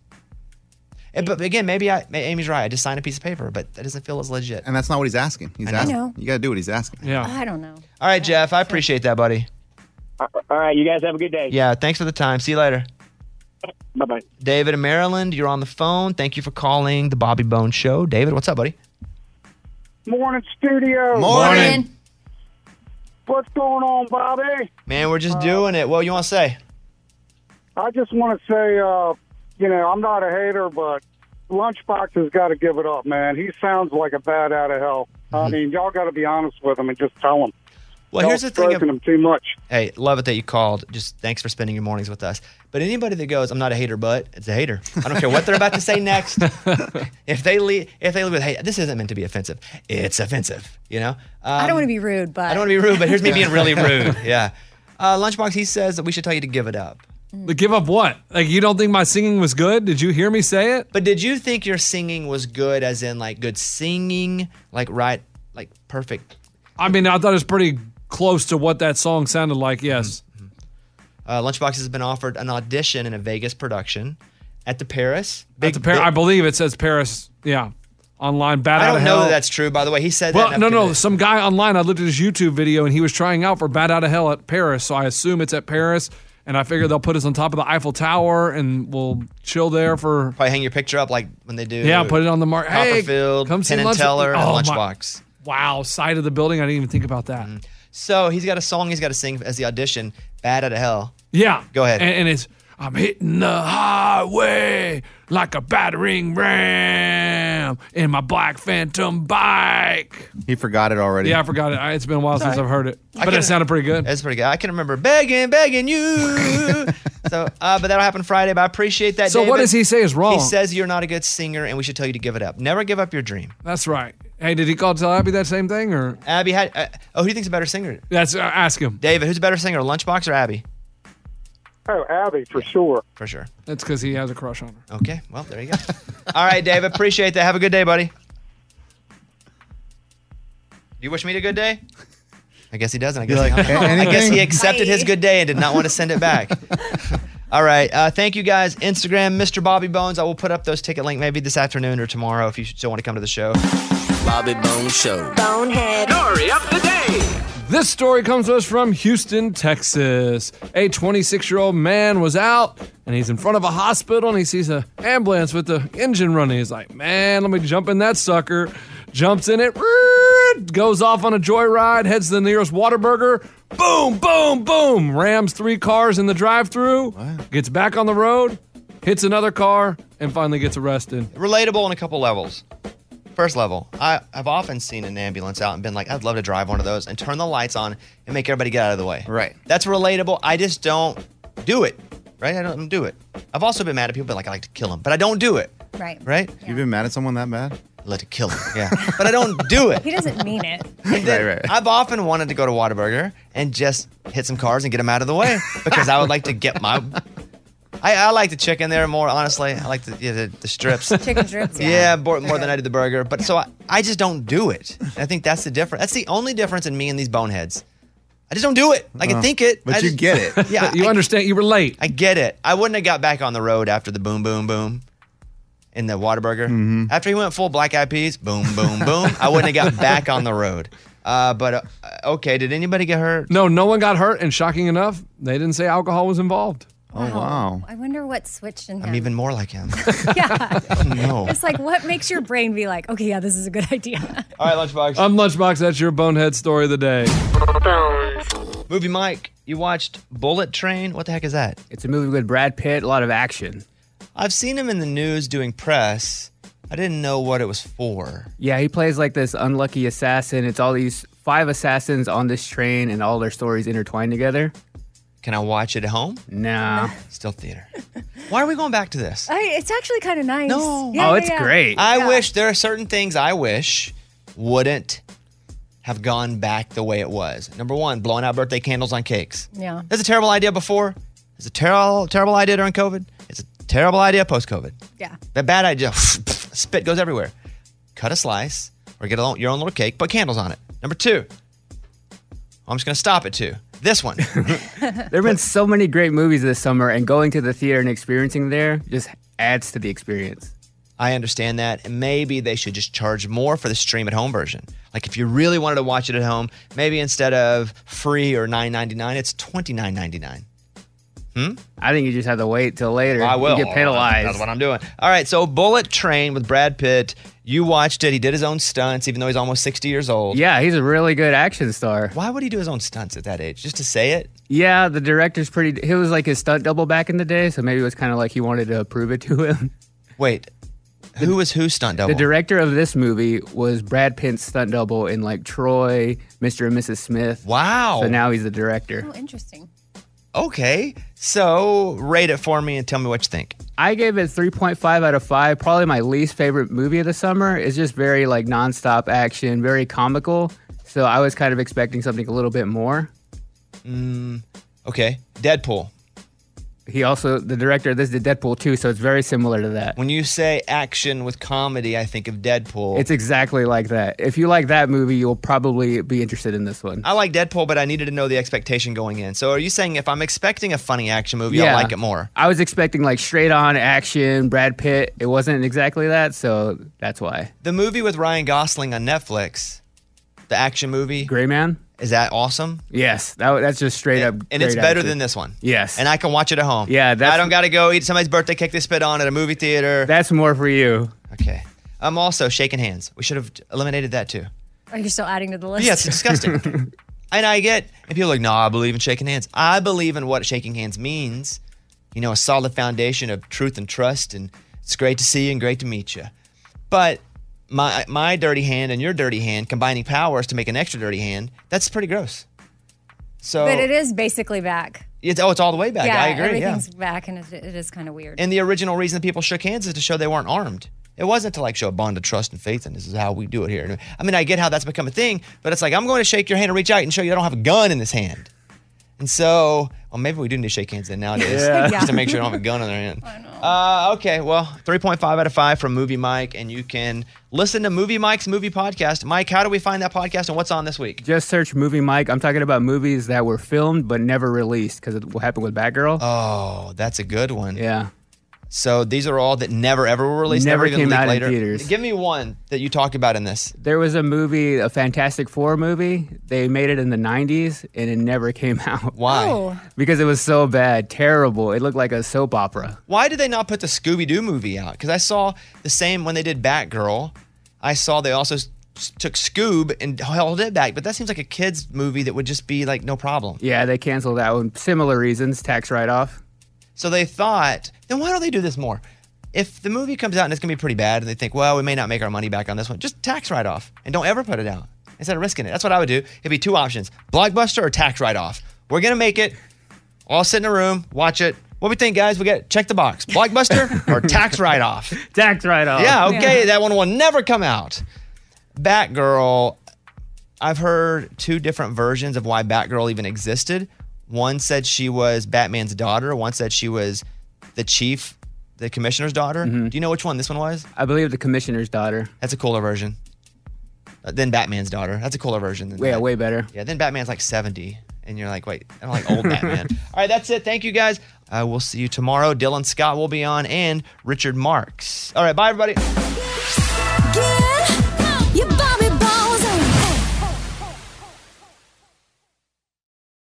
C: And- But again, maybe I, Amy's right. I just signed a piece of paper, but that doesn't feel as legit.
G: And that's not what he's asking. He's
C: I know.
G: asking.
C: I know.
G: You got to do what he's asking.
C: Yeah.
O: I don't know.
C: All right, Jeff, I appreciate that, buddy.
W: All right, you guys have a good day.
C: Yeah, thanks for the time. See you later.
W: Bye bye.
C: David in Maryland, you're on the phone. Thank you for calling the Bobby Bone Show. David, what's up, buddy?
A: Morning, studio.
C: Morning.
A: What's going on, Bobby?
C: Man, we're just doing it. What you want to say?
A: I just want to say, uh, you know, I'm not a hater, but Lunchbox has got to give it up, man. He sounds like a bat out of hell. I mean, y'all got to be honest with him and just tell him.
C: Mm-hmm. Well,
A: Y'all
C: here's the thing.
A: stroking him too much.
C: Hey, love it that you called. Just thanks for spending your mornings with us. But anybody that goes, I'm not a hater, but it's a hater. I don't care what they're about to say next. If they leave, if they leave with, hey, this isn't meant to be offensive. It's offensive. You know.
O: I
C: Um,
O: don't want to be rude, but
C: I don't want to be rude, but here's me being really rude. Yeah. Uh, Lunchbox, he says that we should tell you to give it up.
E: But give up what? Like you don't think my singing was good? Did you hear me say it?
C: But did you think your singing was good, as in like good singing, like right, like perfect?
E: I mean, I thought it was pretty close to what that song sounded like. Yes.
C: Mm-hmm. Uh, Lunchbox has been offered an audition in a Vegas production at the Paris.
E: At the Par- I believe it says Paris. Yeah. Online bat
C: I
E: out
C: don't
E: of
C: know
E: hell.
C: that that's true. By the way, he said
E: well,
C: that.
E: no, no. Some guy online, I looked at his YouTube video and he was trying out for Bat Out of Hell at Paris. So I assume it's at Paris. And I figure they'll put us on top of the Eiffel Tower and we'll chill there for.
C: Probably hang your picture up like when they do.
E: Yeah, put it on the mark. Hey,
C: Copperfield,
E: come see
C: Penn and
E: lunch-
C: Teller, and
E: Oh, my-
C: Lunchbox. Mm-hmm.
E: Wow, side of the building. I didn't even think about that.
C: So he's got a song he's got to sing as the audition. Bad out of hell.
E: Yeah.
C: Go ahead.
E: And, and it's I'm hitting the highway like a battering ram in my black phantom bike.
G: He forgot it already.
E: Yeah, I forgot it. I- It's been a while since I've heard it. But it sounded pretty good.
C: It's pretty good. I can remember begging, begging you. so, uh, but that'll happen Friday. But I appreciate that.
E: So what
C: David.
E: does he say is wrong?
C: He says you're not a good singer, and we should tell you to give it up. Never give up your dream.
E: That's right. Hey, did he call tell Abby that same thing or
C: Abby had. Uh, oh, who do you think's a better singer?
E: That's uh, ask him.
C: David, who's a better singer, Lunchbox or Abby?
A: Oh, Abby, for sure.
C: For sure.
E: That's because he has a crush on her.
C: Okay. Well, there you go. All right, David. Appreciate that. Have a good day, buddy. You wish me a good day? I guess he doesn't. I guess,
G: You're
C: he
G: like,
C: hung up.
G: "A-
C: "Oh, I guess
G: anything?"
C: he accepted his good day and did not want to send it back. All right. Uh, thank you guys. Instagram, Mr. Bobby Bones. I will put up those ticket link maybe this afternoon or tomorrow if you still want to come to the show. Bobby Bones Show.
N: Bonehead. Story of the day.
E: This story comes to us from Houston, Texas. A 26 year old man was out and he's in front of a hospital and he sees an ambulance with the engine running. He's like, man, let me jump in that sucker. Jumps in it, goes off on a joyride, heads to the nearest Waterburger. Boom, boom, boom. Rams three cars in the drive through, gets back on the road, hits another car, and finally gets arrested.
C: Relatable on a couple levels. First level, I, I've often seen an ambulance out and been like, I'd love to drive one of those and turn the lights on and make everybody get out of the way. Right. That's relatable. I just don't do it. Right? I don't do it. I've also been mad at people, but like, I like to kill them, but I don't do it.
O: Right.
C: Right? You've been mad at someone that bad? Like to kill them. Yeah. but I don't do it.
O: He doesn't mean it.
C: right, right. I've often wanted to go to Whataburger and just hit some cars and get them out of the way because I would like to get my. I, I like the chicken there more, honestly. I like the yeah, the, the strips.
O: Chicken strips, yeah.
C: more, more than I do the burger. But so I, I just don't do it. And I think that's the difference. That's the only difference in me and these boneheads. I just don't do it. I can
E: Well,
C: think it.
E: but
C: I
E: you
C: just-
E: get it.
C: Yeah.
E: You
C: understand. You relate. I get it. I wouldn't have got back on the road after the boom, boom, boom in the Whataburger. After he went full black eyed peas, boom, boom, boom, I wouldn't have got back on the road. Uh, but uh, okay, did anybody get hurt?
E: No, no one got hurt, and shocking enough, they didn't say alcohol was involved.
C: Oh, wow.
O: I wonder what switched in him.
C: I'm even more like him. Oh,
O: yeah.
C: no.
O: It's like, what makes your brain be like, okay, yeah, this is a good idea?
C: All right, Lunchbox.
E: I'm Lunchbox. That's your bonehead story of the day.
C: Movie Mike, you watched Bullet Train. What the heck is that?
K: It's a movie with Brad Pitt, a lot of action.
C: I've seen him in the news doing press. I didn't know what it was for.
K: Yeah, he plays like this unlucky assassin. It's all these five assassins on this train and all their stories intertwined together.
C: Can I watch it at home?
K: Nah.
C: Still theater. Why are we going back to this?
O: I, it's actually kind of nice. No.
C: Oh,
K: Oh,
C: I wish there are certain things I wish wouldn't have gone back the way it was. Number one, blowing out birthday candles on cakes.
O: Yeah.
C: That's a terrible idea before. It's a terrible, terrible idea during COVID. It's a terrible idea post COVID.
O: Yeah.
C: That bad idea, spit goes everywhere. Cut a slice or get a, lo- your own little cake, put candles on it. Number two, I'm just going to stop at two. This one.
K: There have been so many great movies this summer, and going to the theater and experiencing there just adds to the experience.
C: I understand that. And maybe they should just charge more for the stream at home version. Like if you really wanted to watch it at home, maybe instead of free or nine ninety nine, it's twenty nine ninety nine. Hmm?
K: I think you just have to wait till later.
C: I will
K: You get penalized.
C: That's what I'm doing. All right, so Bullet Train with Brad Pitt. You watched it. He did his own stunts, even though he's almost sixty years old.
K: Yeah, he's a really good action star.
C: Why would he do his own stunts at that age? Just to say it?
K: Yeah, the director's pretty. He was like his stunt double back in the day, so maybe it was kind of like he wanted to prove it to him.
C: Wait, who was who stunt double?
K: The director of this movie was Brad Pitt's stunt double in like Troy, Mr. and Mrs. Smith.
C: Wow.
K: So now he's the director.
O: Oh, interesting.
C: Okay, so rate it for me and tell me what you think.
K: I gave it 3.5 out of 5. Probably my least favorite movie of the summer. It's just very like nonstop action, very comical. So I was kind of expecting something a little bit more.
C: Mm, okay, Deadpool.
K: He also the director of this did Deadpool too, so it's very similar to that.
C: When you say action with comedy, I think of Deadpool.
K: It's exactly like that. If you like that movie, you'll probably be interested in this one.
C: I like Deadpool, but I needed to know the expectation going in. So, are you saying if I'm expecting a funny action movie, I'll like it more?
K: I was expecting like straight on action, Brad Pitt. It wasn't exactly that, so that's why.
C: The movie with Ryan Gosling on Netflix, the action movie,
K: Gray Man,
C: is that awesome?
K: Yes, that, that's just straight up.
C: And it's
K: great
C: better
K: action.
C: than this one.
K: Yes,
C: And I can watch it at home. Yeah, I don't got to go eat somebody's birthday cake they spit on at a movie theater.
K: That's more for you.
C: Okay. I'm also shaking hands. We should have eliminated that too.
O: Are you still adding to the list?
C: Yeah, it's disgusting. and I get, and people are like, no, I believe in shaking hands. I believe in what shaking hands means. You know, a solid foundation of truth and trust, and it's great to see you and great to meet you. But my my dirty hand and your dirty hand combining powers to make an extra dirty hand, that's pretty gross. So
O: but it is basically back.
C: it's oh, it's all the way back.
O: yeah,
C: I agree. Yeah.
O: everything's back, and it, it is kind of weird.
C: And the original reason that people shook hands is to show they weren't armed. It wasn't to like show a bond of trust and faith, and this is how we do it here. I mean, I get how that's become a thing, but it's like I'm going to shake your hand and reach out and show you I don't have a gun in this hand. And so, well, maybe we do need to shake hands then nowadays,
K: Yeah.
C: just to make sure I don't have a gun in their hand. Uh, okay, well, 3.5 out of 5 from Movie Mike, and you can listen to Movie Mike's movie podcast. Mike, how do we find that podcast and what's on this week?
K: Just search Movie Mike. I'm talking about movies that were filmed but never released because it what happened with Batgirl.
C: Oh, that's a good one.
K: Yeah.
C: So these are all that never ever were released, never,
K: Never
C: even
K: came
C: leaked
K: out in
C: later.
K: theaters.
C: Give me one that you talked about in this.
K: There was a movie, a Fantastic Four movie. They made it in the 90s and it never came out.
C: Why? Oh.
K: Because it was so bad, terrible. It looked like a soap opera.
C: Why did they not put the Scooby Doo movie out? Because I saw the same when they did Batgirl. I saw they also s- took Scoob and held it back, but that seems like a kids movie that would just be like no problem.
K: Yeah, they canceled that one. Similar reasons, tax write off.
C: So they thought, then why don't they do this more? if the movie comes out and it's going to be pretty bad and they think, well, we may not make our money back on this one, just tax write off and don't ever put it out instead of risking it. That's what I would do. It'd be two options blockbuster or tax write off. We're going to make it. We'll all sit in a room, watch it. What we think, guys? We got check the box blockbuster or tax write off.
K: Tax write off.
C: Yeah, okay.
K: Yeah.
C: That one will never come out. Batgirl, I've heard two different versions of why Batgirl even existed. One said she was Batman's daughter, one said she was the chief, the commissioner's daughter. Do you know which one this one was?
K: Mm-hmm. I believe the commissioner's daughter.
C: That's a cooler version. Uh, Then Batman's daughter. That's a cooler version. Than
K: Yeah,
C: that.
K: way better.
C: Yeah, then Batman's like 70, and you're like, wait, I don't like old Batman. All right, that's it. Thank you guys. Uh, we'll see you tomorrow. Dylan Scott will be on, and Richard Marks. All right, bye, everybody.
Z: You Bobby Balls.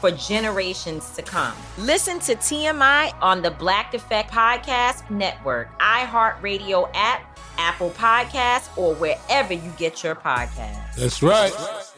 T: for generations to come. Listen to TMI on the Black Effect Podcast Network, iHeartRadio app, Apple Podcasts, or wherever you get your podcasts.
B: That's right.